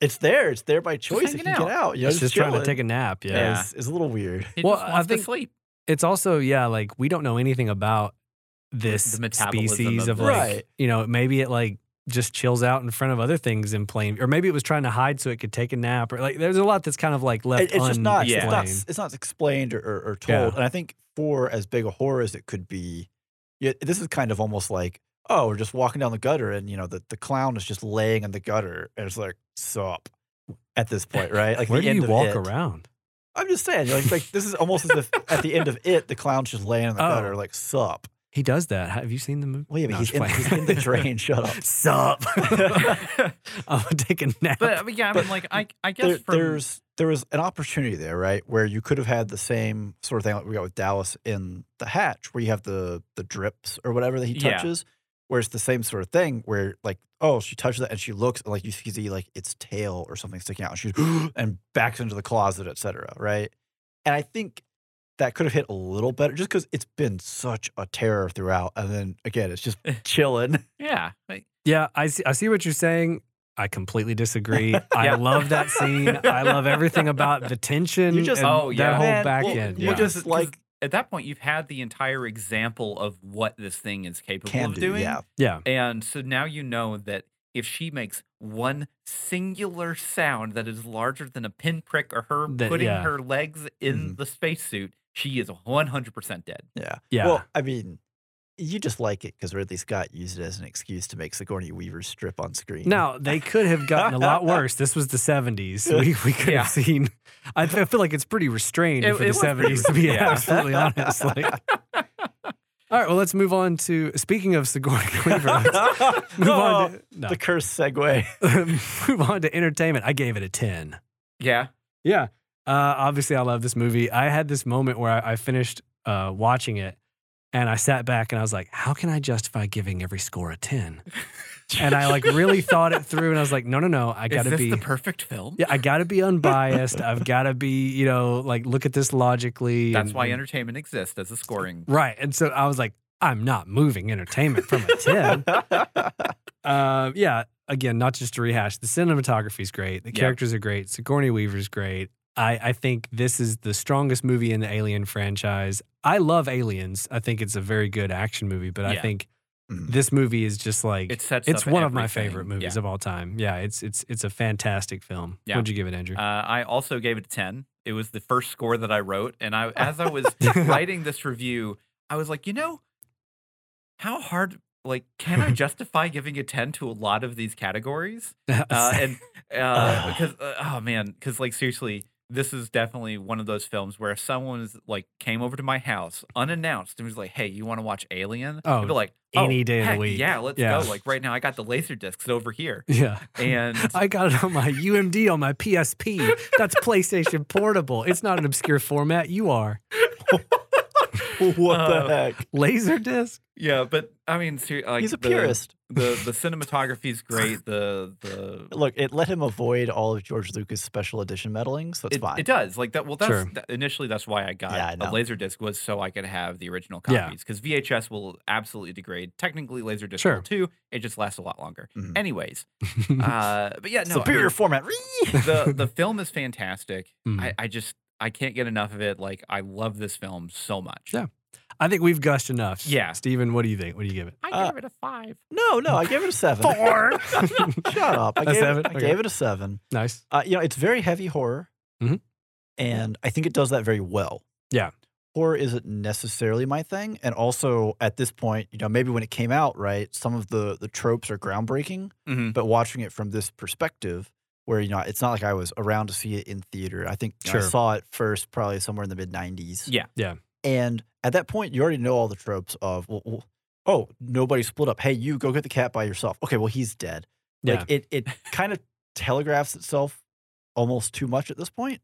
Speaker 3: it's there. It's there by choice. It
Speaker 2: hanging
Speaker 3: can
Speaker 2: out.
Speaker 3: get out. You know,
Speaker 1: it's just trying to
Speaker 3: chilling.
Speaker 1: take a nap. Yeah.
Speaker 2: Yeah.
Speaker 3: It's, it's a little weird.
Speaker 2: He
Speaker 1: Well,
Speaker 2: just
Speaker 1: I
Speaker 2: wants to
Speaker 1: think-
Speaker 2: sleep.
Speaker 1: It's also yeah, like we don't know anything about this
Speaker 2: The metabolism
Speaker 1: species of,
Speaker 2: of
Speaker 1: like
Speaker 3: this. Right.
Speaker 1: you know maybe it like just chills out in front of other things in plain or maybe it was trying to hide so it could take a nap or like there's a lot that's kind of like left
Speaker 3: It- it's just not. It's not.
Speaker 1: unexplained.
Speaker 3: It's not explained or, or, or
Speaker 1: Yeah.
Speaker 3: told. And I think for as big a horror as it could be, yeah, this is kind of almost like, oh, we're just walking down the gutter, and you know, the, the clown is just laying in the gutter, and it's like, sup. At this point, right? Like
Speaker 1: Where
Speaker 3: the
Speaker 1: do
Speaker 3: end
Speaker 1: you
Speaker 3: of
Speaker 1: walk
Speaker 3: it.
Speaker 1: around?
Speaker 3: I'm just saying, like, like this is almost as if at the end of it, the clown's just laying in the
Speaker 1: Oh.
Speaker 3: gutter, like sup.
Speaker 1: He does that. Have you seen the movie?
Speaker 3: Well, yeah, but
Speaker 1: No,
Speaker 3: he's,
Speaker 1: I'm
Speaker 3: in,
Speaker 1: just
Speaker 3: he's
Speaker 1: playing.
Speaker 3: in the drain. Shut up.
Speaker 1: Sup? I'm gonna take a nap.
Speaker 2: But um, I mean, yeah, I
Speaker 3: But
Speaker 2: mean, like I I guess
Speaker 3: There,
Speaker 2: from,
Speaker 3: there's there was an opportunity there, right, where you could have had the same sort of thing like we got with Dallas in the Hatch, where you have the the drips or whatever that he
Speaker 2: Yeah.
Speaker 3: touches, where it's the same sort of thing, where like oh she touches that and she looks and like you see like its tail or something sticking out, and she and backs into the closet, etc. Right, and I think that could have hit a little better just because it's been such a terror throughout, and then again it's just chilling.
Speaker 2: yeah. like-
Speaker 1: yeah, I see. I see what you're saying. I completely disagree. I
Speaker 2: Yeah.
Speaker 1: love that scene. I love everything about the tension.
Speaker 3: You just-
Speaker 1: and
Speaker 2: Oh, yeah.
Speaker 1: that whole
Speaker 3: Man,
Speaker 1: back
Speaker 3: well,
Speaker 1: end.
Speaker 3: you
Speaker 1: yeah.
Speaker 3: just-
Speaker 2: Because-
Speaker 3: like-
Speaker 2: 'cause at that point you've had the entire example of what this thing is capable
Speaker 3: Can
Speaker 2: of
Speaker 3: do,
Speaker 2: doing.
Speaker 3: yeah.
Speaker 1: yeah,
Speaker 2: And so now you know that if she makes one singular sound that is larger than a pinprick or her
Speaker 1: That-
Speaker 2: putting
Speaker 1: yeah. Mm-hmm.
Speaker 2: her legs in the spacesuit, she is 100% dead.
Speaker 3: Yeah.
Speaker 1: yeah.
Speaker 3: Well, I mean, you just like it because Ridley Scott used it as an excuse to make Sigourney Weaver strip on screen.
Speaker 1: Now they could have gotten a lot worse. This was the seventies. We, we could
Speaker 2: Yeah.
Speaker 1: have seen. I, I feel like it's pretty restrained
Speaker 2: It-
Speaker 1: for the
Speaker 2: it was pretty
Speaker 1: seventies. To be
Speaker 2: restrained.
Speaker 1: absolutely honest, like. All right, well, let's move on to speaking of Sigourney Weaver. Let's move on. To, no.
Speaker 3: Oh, the curse segue.
Speaker 1: move on to entertainment. I gave it a ten.
Speaker 2: Yeah.
Speaker 1: Yeah. Uh, obviously, I love this movie. I had this moment where I, I finished uh, watching it, and I sat back and I was like, "How can I justify giving every score a 10? And I like really thought it through, and I was like, "No, no, no! I
Speaker 2: Is
Speaker 1: gotta
Speaker 2: this
Speaker 1: be
Speaker 2: the perfect film?
Speaker 1: yeah, I got to be unbiased. I've got to be, you know, like look at this logically.
Speaker 2: That's
Speaker 1: and-
Speaker 2: why entertainment exists as a scoring.
Speaker 1: Right. And so I was like, I'm not moving entertainment from a 10. uh, yeah. Again, not just to rehash, the cinematography's great. The
Speaker 2: Yeah.
Speaker 1: characters are great. Sigourney Weaver's great. I, I think this is the strongest movie in the Alien franchise. I love Aliens. I think it's a very good action movie, but I
Speaker 2: Yeah.
Speaker 1: think
Speaker 3: Mhm.
Speaker 1: this movie is just like
Speaker 2: It sets
Speaker 1: it's
Speaker 2: up
Speaker 1: one of my
Speaker 2: everything.
Speaker 1: favorite
Speaker 2: Yeah.
Speaker 1: movies of all time. Yeah, it's it's it's a fantastic film.
Speaker 2: Yeah.
Speaker 1: What'd you give it, Andrew?
Speaker 2: Uh, I also gave it a 10. It was the first score that I wrote. And I, as I was writing this review, I was like, you know, how hard, like, can I justify giving a 10 to a lot of these categories? Uh, and uh, because, uh, oh man, because, like, seriously, this is definitely one of those films where if someone is, like came over to my house unannounced and was like, "Hey, you want to watch Alien?"
Speaker 1: Oh,
Speaker 2: I'd be like,
Speaker 1: any
Speaker 2: "Oh,
Speaker 1: day of the
Speaker 2: heck
Speaker 1: week."
Speaker 2: Yeah, let's
Speaker 1: Yeah.
Speaker 2: go. Like right now, I got the laser discs over here,
Speaker 1: yeah.
Speaker 2: and
Speaker 1: I got it on my UMD on my PSP. That's PlayStation Portable. It's not an obscure format. You are
Speaker 3: what
Speaker 2: Uh,
Speaker 3: the heck?
Speaker 1: Laserdisc.
Speaker 2: yeah, but I mean, ser- like
Speaker 3: He's a
Speaker 2: the-
Speaker 3: purist.
Speaker 2: the the cinematography's great. The the
Speaker 3: Look, it let him avoid all of George Lucas' special edition meddling, so it's
Speaker 2: it,
Speaker 3: fine.
Speaker 2: it does like that. Well, that's
Speaker 1: Sure.
Speaker 2: that, initially that's why I got
Speaker 3: Yeah, I
Speaker 2: a
Speaker 3: know.
Speaker 2: laserdisc was so I could have the original
Speaker 1: Yeah.
Speaker 2: copies because VHS will absolutely degrade. Technically, laserdisc
Speaker 1: Sure. Mm. Mm-hmm.
Speaker 2: will too. It just lasts a lot longer.
Speaker 3: Mhm.
Speaker 2: Anyways, uh, but yeah, no, I mean,
Speaker 3: Superior format.
Speaker 2: the the film is fantastic.
Speaker 1: Mm.
Speaker 2: I, I just I can't get enough of it. Like I love this film so much.
Speaker 1: Yeah. I think we've gushed enough.
Speaker 2: Yeah.
Speaker 1: Steven, what do you think? What do you give it?
Speaker 2: I
Speaker 3: Uh,
Speaker 2: give it a five.
Speaker 3: No, no, I gave it a seven.
Speaker 2: Four.
Speaker 3: Shut up. I,
Speaker 1: A
Speaker 3: gave,
Speaker 1: seven?
Speaker 3: It, I
Speaker 1: Okay.
Speaker 3: gave it a seven.
Speaker 1: Nice.
Speaker 3: Uh, you know, it's very heavy horror,
Speaker 1: Mhm.
Speaker 3: and I think it does that very well.
Speaker 1: Yeah.
Speaker 3: horror isn't necessarily my thing, and also at this point, you know, maybe when it came out, right, some of the the tropes are groundbreaking,
Speaker 1: Mm-hmm.
Speaker 2: Mhm.
Speaker 3: but watching it from this perspective, where you know, it's not like I was around to see it in theater. I think you know, I
Speaker 1: Sure.
Speaker 3: saw it first probably somewhere in the mid '90s.
Speaker 2: Yeah.
Speaker 1: Yeah.
Speaker 3: and at that point, you already know all the tropes of well, well, oh, nobody split up. Hey, you go get the cat by yourself. Okay, well, he's dead.
Speaker 1: Yeah.
Speaker 3: Like it it kind of telegraphs itself almost too much at this point.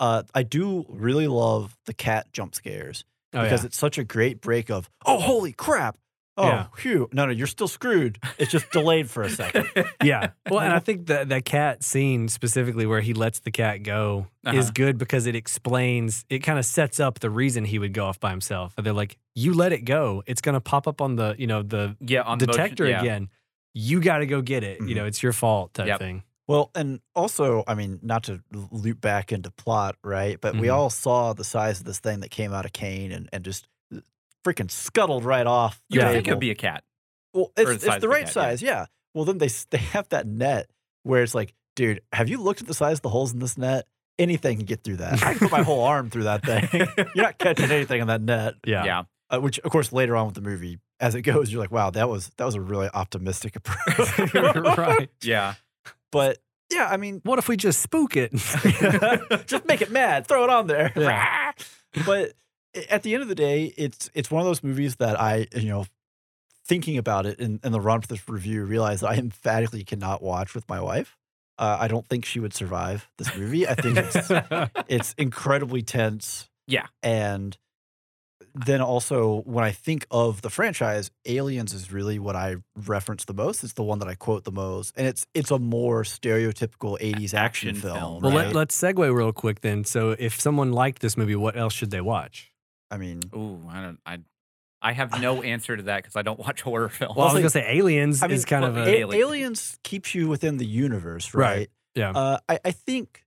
Speaker 3: Uh, I do really love the cat jump scares
Speaker 1: oh,
Speaker 3: because
Speaker 1: yeah.
Speaker 3: it's such a great break of oh holy crap. Oh,
Speaker 1: Yeah.
Speaker 3: phew. No, no, you're still screwed. It's just delayed for a second.
Speaker 1: yeah. Well, and I think that that cat scene specifically where he lets the cat go is
Speaker 2: Uh-huh.
Speaker 1: good because it explains it kind of sets up the reason he would go off by himself. They're like, you let it go. It's gonna pop up on the, you know, the
Speaker 2: yeah. On the motion-
Speaker 1: detector
Speaker 2: yeah. Mm-hmm.
Speaker 1: again. You gotta go get it. You know, it's your fault type
Speaker 2: Yep.
Speaker 1: thing.
Speaker 3: Well, and also, I mean, not to l- loop back into plot, right? But we
Speaker 1: Mhm.
Speaker 3: all saw the size of this thing that came out of Kane and, and just uh, freaking scuttled right off. the
Speaker 2: You
Speaker 1: Yeah.
Speaker 2: think
Speaker 3: table.
Speaker 2: it'd be a cat?
Speaker 3: Well,
Speaker 2: the
Speaker 3: it's,
Speaker 2: size
Speaker 3: it's
Speaker 2: of
Speaker 3: the
Speaker 2: the
Speaker 3: right
Speaker 2: cat, yeah.
Speaker 3: size, yeah. Well, then they s- they have that net where it's like, dude, have you looked at the size of the holes in this net? Anything can get through that. I can put my whole arm through that thing. You're not catching anything in that net.
Speaker 1: Yeah.
Speaker 2: yeah.
Speaker 3: Uh, which, of course, later on with the movie, as it goes, you're like, wow, that was that was a really optimistic approach.
Speaker 1: right.
Speaker 2: Yeah.
Speaker 3: But yeah, I mean,
Speaker 1: What if we just spook it?
Speaker 3: just make it mad. Throw it on there.
Speaker 1: Yeah.
Speaker 3: but i- at the end of the day, it's it's one of those movies that I, you know, thinking about it in, in the run for this review, realized I emphatically cannot watch with my wife. Uh, I don't think she would survive this movie. I think it's it's incredibly tense.
Speaker 2: Yeah.
Speaker 3: And then also when I think of the franchise, Aliens is really what I reference the most. It's the one that I quote the most, and it's it's a more stereotypical '80s action,
Speaker 2: Action
Speaker 3: film.
Speaker 2: film,
Speaker 1: well,
Speaker 2: right.
Speaker 1: let, let's segue real quick then. So, if someone liked this movie, what else should they watch?
Speaker 3: I mean,
Speaker 2: Ooh, I don't. I, I have no answer to that because I don't watch horror films.
Speaker 1: Well, I was
Speaker 3: Also-
Speaker 1: gonna say Aliens
Speaker 3: I mean,
Speaker 1: is kind
Speaker 2: well,
Speaker 1: of a
Speaker 2: it-
Speaker 3: A-
Speaker 2: alien.
Speaker 3: aliens keeps you within the universe,
Speaker 1: Right.
Speaker 3: right?
Speaker 1: yeah.
Speaker 3: Uh, I, I think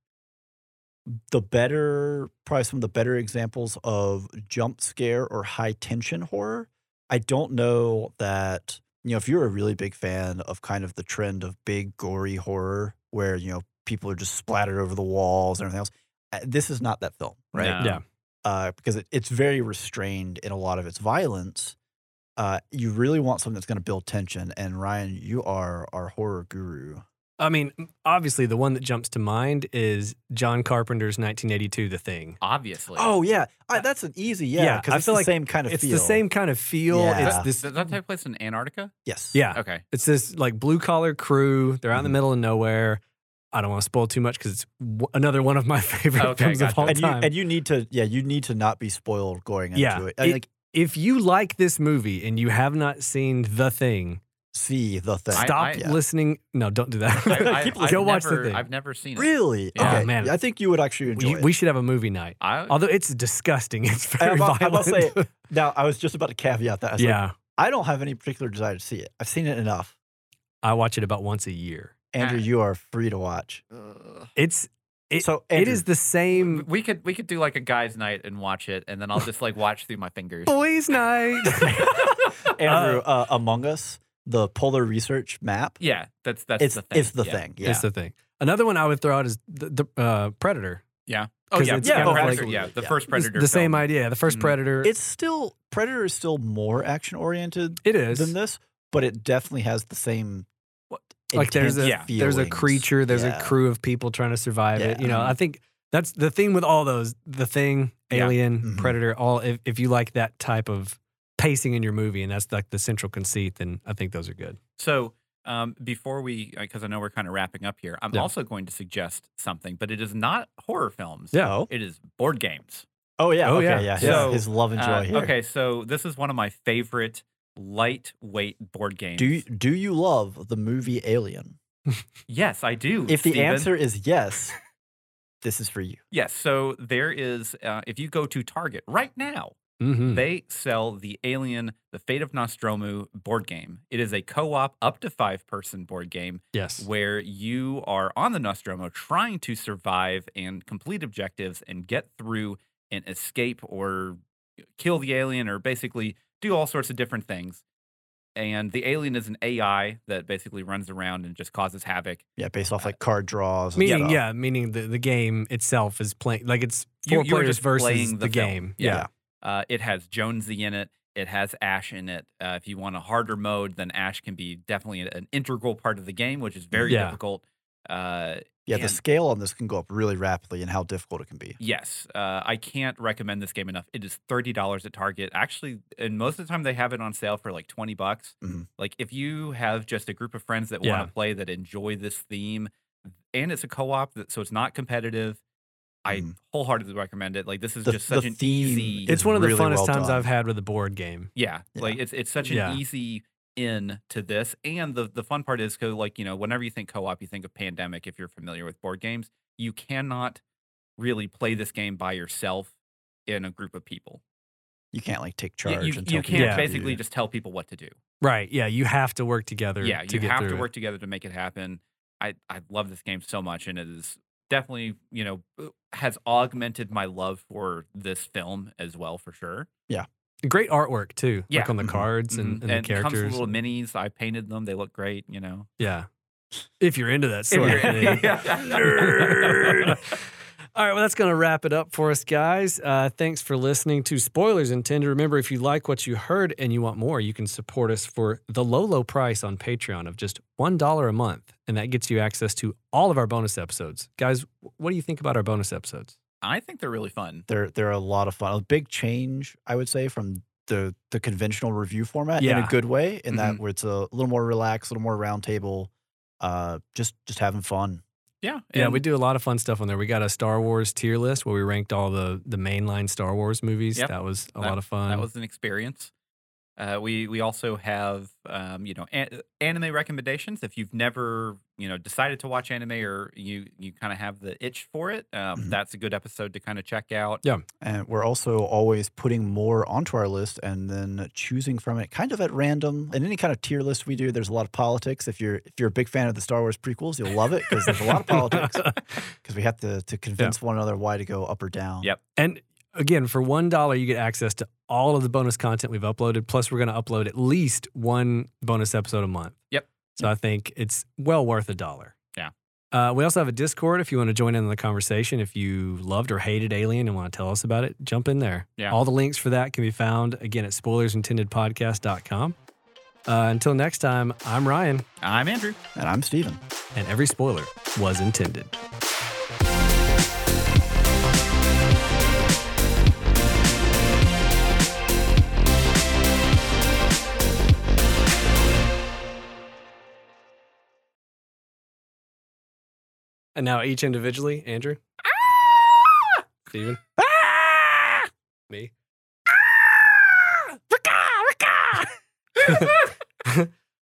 Speaker 3: the better, probably some of the better examples of jump scare or high tension horror. I don't know that you know if you're a really big fan of kind of the trend of big gory horror where you know people are just splattered over the walls and everything else. uh, This is not that film, right?
Speaker 2: No.
Speaker 1: Yeah.
Speaker 3: uh, because it, it's very restrained in a lot of its violence. Uh, you really want something that's going to build tension. And Ryan, you are our horror guru.
Speaker 1: I mean, obviously, the one that jumps to mind is John Carpenter's 1982 The Thing.
Speaker 2: Obviously.
Speaker 3: Oh yeah, I, that's an easy yeah.
Speaker 1: Yeah,
Speaker 3: Because
Speaker 1: I
Speaker 3: it's
Speaker 1: feel
Speaker 3: the
Speaker 1: like
Speaker 3: same kind of
Speaker 1: It's
Speaker 3: feel.
Speaker 1: the same kind of feel.
Speaker 3: Yeah.
Speaker 1: It's this,
Speaker 2: Does that take place in Antarctica?
Speaker 3: Yes.
Speaker 1: yeah,
Speaker 2: Okay.
Speaker 1: it's this like blue collar crew. They're out in the
Speaker 3: Mhm.
Speaker 1: middle of nowhere. I don't want to spoil too much because it's w- another one of my favorite
Speaker 2: Okay,
Speaker 1: films of
Speaker 2: gotcha.
Speaker 1: all
Speaker 3: And you
Speaker 1: time.
Speaker 3: and you need to yeah you need to not be spoiled going into
Speaker 1: Yeah,
Speaker 3: it. I
Speaker 1: it-
Speaker 3: like
Speaker 1: if you like this movie and you have not seen The Thing,
Speaker 3: see the thing.
Speaker 2: I-
Speaker 1: stop
Speaker 3: yeah.
Speaker 1: listening. No, don't do that.
Speaker 2: I,
Speaker 3: Keep
Speaker 2: have
Speaker 1: Go watch
Speaker 2: never,
Speaker 1: The Thing.
Speaker 2: I've never seen it.
Speaker 3: really?
Speaker 2: Yeah.
Speaker 3: okay.
Speaker 1: Oh, man.
Speaker 3: I think you would actually enjoy
Speaker 1: You-
Speaker 3: it.
Speaker 1: we should have a movie night.
Speaker 2: I,
Speaker 1: Although it's disgusting. It's very
Speaker 3: I'm about- I'm about
Speaker 1: violent.
Speaker 3: to now I was just about to caveat that. I was like,
Speaker 1: yeah,
Speaker 3: I don't have any particular desire to see it. I've seen it enough.
Speaker 1: I watch it about once a year.
Speaker 3: Andrew,
Speaker 2: Ah.
Speaker 3: you are free to watch.
Speaker 2: Ugh.
Speaker 1: It's It-
Speaker 3: so
Speaker 1: it
Speaker 3: Andrew,
Speaker 1: is the same
Speaker 2: we could we could do like a guys' night and watch it, and then I'll just like watch through my fingers.
Speaker 1: boys' night.
Speaker 3: Andrew, uh, Among Us, the polar research map.
Speaker 2: yeah, that's that's
Speaker 3: it's
Speaker 2: the thing.
Speaker 3: it's the
Speaker 2: yeah.
Speaker 3: thing. Yeah.
Speaker 1: It's the thing. Another one I would throw out is the, the uh, Predator.
Speaker 2: Oh
Speaker 1: 'Cause
Speaker 2: yeah,
Speaker 1: it's
Speaker 2: yeah,
Speaker 1: kind of
Speaker 2: Predator,
Speaker 3: like-
Speaker 2: yeah, the
Speaker 3: yeah.
Speaker 2: first
Speaker 1: The-
Speaker 2: Predator.
Speaker 1: the same
Speaker 2: film.
Speaker 1: idea. The 1st
Speaker 2: Mhm.
Speaker 1: Predator.
Speaker 3: It's still Predator is still more action oriented
Speaker 1: it is.
Speaker 3: than this, but it definitely has the same
Speaker 2: What-
Speaker 1: Like, there's a-
Speaker 3: intense
Speaker 1: There's a
Speaker 3: feelings.
Speaker 1: creature. There's
Speaker 3: Yeah.
Speaker 1: a crew of people trying to survive it.
Speaker 3: Yeah.
Speaker 1: You know, I think that's the thing with all those. The thing,
Speaker 2: Yeah. Mm-hmm.
Speaker 1: Alien,
Speaker 3: Mhm.
Speaker 1: Predator. All if, if you like that type of pacing in your movie, and that's like the central conceit, then I think those are good.
Speaker 2: So um, before we, because I know we're kind of wrapping up here, I'm
Speaker 1: Yeah.
Speaker 2: also going to suggest something, but it is not horror films.
Speaker 1: Yeah.
Speaker 3: Oh,
Speaker 2: It is board games.
Speaker 3: oh yeah.
Speaker 1: Oh,
Speaker 3: okay,
Speaker 1: yeah.
Speaker 3: yeah. His,
Speaker 2: So,
Speaker 3: his love and joy
Speaker 2: Uh,
Speaker 3: here.
Speaker 2: okay, so this is one of my favorite lightweight board games.
Speaker 3: Do you, do you love the movie Alien?
Speaker 2: Yes, I do.
Speaker 3: If the
Speaker 2: Steven.
Speaker 3: answer is yes, this is for you.
Speaker 2: yes, so there is. Uh, if you go to Target right now,
Speaker 1: hmm
Speaker 2: They sell the Alien, The Fate of Nostromo board game. It is a co op up to five person board game
Speaker 1: yes.
Speaker 2: where you are on the Nostromo trying to survive and complete objectives and get through and escape or kill the alien or basically do all sorts of different things. And the alien is an AI that basically runs around and just causes havoc.
Speaker 3: Yeah, based off like card draws. And
Speaker 1: Uh, Meaning,
Speaker 3: stuff.
Speaker 1: yeah, meaning the, the game itself is playing like it's
Speaker 2: You-
Speaker 1: four
Speaker 2: you're
Speaker 1: players
Speaker 2: just
Speaker 1: versus
Speaker 2: playing
Speaker 1: the,
Speaker 2: the film.
Speaker 1: game.
Speaker 2: Yeah.
Speaker 1: yeah.
Speaker 2: Uh, it has Jonesy in it. It has Ash in it. Uh, if you want a harder mode, then Ash can be definitely an- an integral part of the game, which is very
Speaker 1: Yeah.
Speaker 2: difficult. Uh,
Speaker 3: Yeah, the
Speaker 2: And-
Speaker 3: scale on this can go up really rapidly and how difficult it can be.
Speaker 2: Yes, uh, I can't recommend this game enough. It is thirty dollars at Target. Actually, and most of the time they have it on sale for like twenty bucks.
Speaker 3: Mhm.
Speaker 2: Like if you have just a group of friends that
Speaker 1: Yeah.
Speaker 2: want to play that enjoy this theme, and it's a co-op, that, so it's not competitive. I
Speaker 3: Mhm.
Speaker 2: wholeheartedly recommend it. Like this is
Speaker 3: The-
Speaker 2: just
Speaker 3: the
Speaker 2: such an
Speaker 3: theme
Speaker 2: easy.
Speaker 3: is
Speaker 1: It's one of the
Speaker 3: really
Speaker 1: funnest
Speaker 3: well
Speaker 1: times
Speaker 3: done.
Speaker 1: I've had with a board game.
Speaker 2: Yeah,
Speaker 3: Yeah.
Speaker 2: like it's it's such an
Speaker 1: Yeah.
Speaker 2: easy in to this, and the the fun part is 'cause, like you know whenever you think co-op, you think of Pandemic. If you're familiar with board games, you cannot really play this game by yourself in a group of people.
Speaker 3: You can't like take
Speaker 2: You-
Speaker 3: charge.
Speaker 2: you
Speaker 3: and tell
Speaker 2: you
Speaker 3: people
Speaker 2: can't
Speaker 3: what to do.
Speaker 2: basically just tell people what to do.
Speaker 1: Right. Yeah. You have to work together.
Speaker 2: Yeah,
Speaker 1: to
Speaker 2: you
Speaker 1: get
Speaker 2: have
Speaker 1: through
Speaker 2: to
Speaker 1: it.
Speaker 2: work together to make it happen. I I love this game so much, and it is definitely you know uh, has augmented my love for this film as well for sure.
Speaker 1: Great artwork too.
Speaker 2: Yeah.
Speaker 1: Like on the
Speaker 3: Mhm.
Speaker 1: cards
Speaker 2: Mhm.
Speaker 1: and, and, the
Speaker 2: it comes with
Speaker 1: characters.
Speaker 2: little minis. I painted them; they look great. You know.
Speaker 1: yeah. If you're into that sort of
Speaker 2: you're-
Speaker 1: thing.
Speaker 2: Yeah.
Speaker 1: Nerd. All right, well, that's going to wrap it up for us, guys. Uh, thanks for listening to Spoilers Intended. Remember, if you like what you heard and you want more, you can support us for the low, low price on Patreon of just $1 a month. And that gets you access to all of our bonus episodes. Guys, what do you think about our bonus episodes?
Speaker 2: I think they're really fun.
Speaker 3: they're they're a lot of fun. A big change, I would say, from the the conventional review format in
Speaker 1: Yeah.
Speaker 3: a good way, in
Speaker 2: Mm-hmm.
Speaker 3: that where it's a little more relaxed, a little more roundtable, uh, just just having fun.
Speaker 2: Yeah.
Speaker 1: yeah,
Speaker 2: and
Speaker 1: we do a lot of fun stuff on there. We got a Star Wars tier list where we ranked all the, the mainline Star Wars movies.
Speaker 2: Yep.
Speaker 1: That was a lot of fun.
Speaker 2: That was an experience. Uh, we we also have um, you know an- anime recommendations. If you've never you know decided to watch anime or you you kind of have the itch for it, um,
Speaker 3: Mhm.
Speaker 2: that's a good episode to kind of check out.
Speaker 3: And we're also always putting more onto our list and then choosing from it kind of at random. And any kind of tier list we do, there's a lot of politics. If you're if you're a big fan of the Star Wars prequels, you'll love it because there's a lot of politics. Because we have to to convince one another why to go up or down.
Speaker 2: Yep.
Speaker 1: And again, for one dollar, you get access to all of the bonus content we've uploaded. Plus, we're going to upload at least one bonus episode a month.
Speaker 2: Yep.
Speaker 1: So I think it's well worth a dollar.
Speaker 2: Yeah.
Speaker 1: Uh, we also have a Discord if you want to join in on the conversation. If you loved or hated Alien and want to tell us about it, jump in there.
Speaker 2: Yeah.
Speaker 1: All the links for that can be found again at spoilersintendedpodcast.com. Uh, until next time, I'm Ryan,
Speaker 2: I'm Andrew.
Speaker 3: And I'm Steven.
Speaker 1: and every spoiler was intended. And now each individually, Andrew. Steven. Me.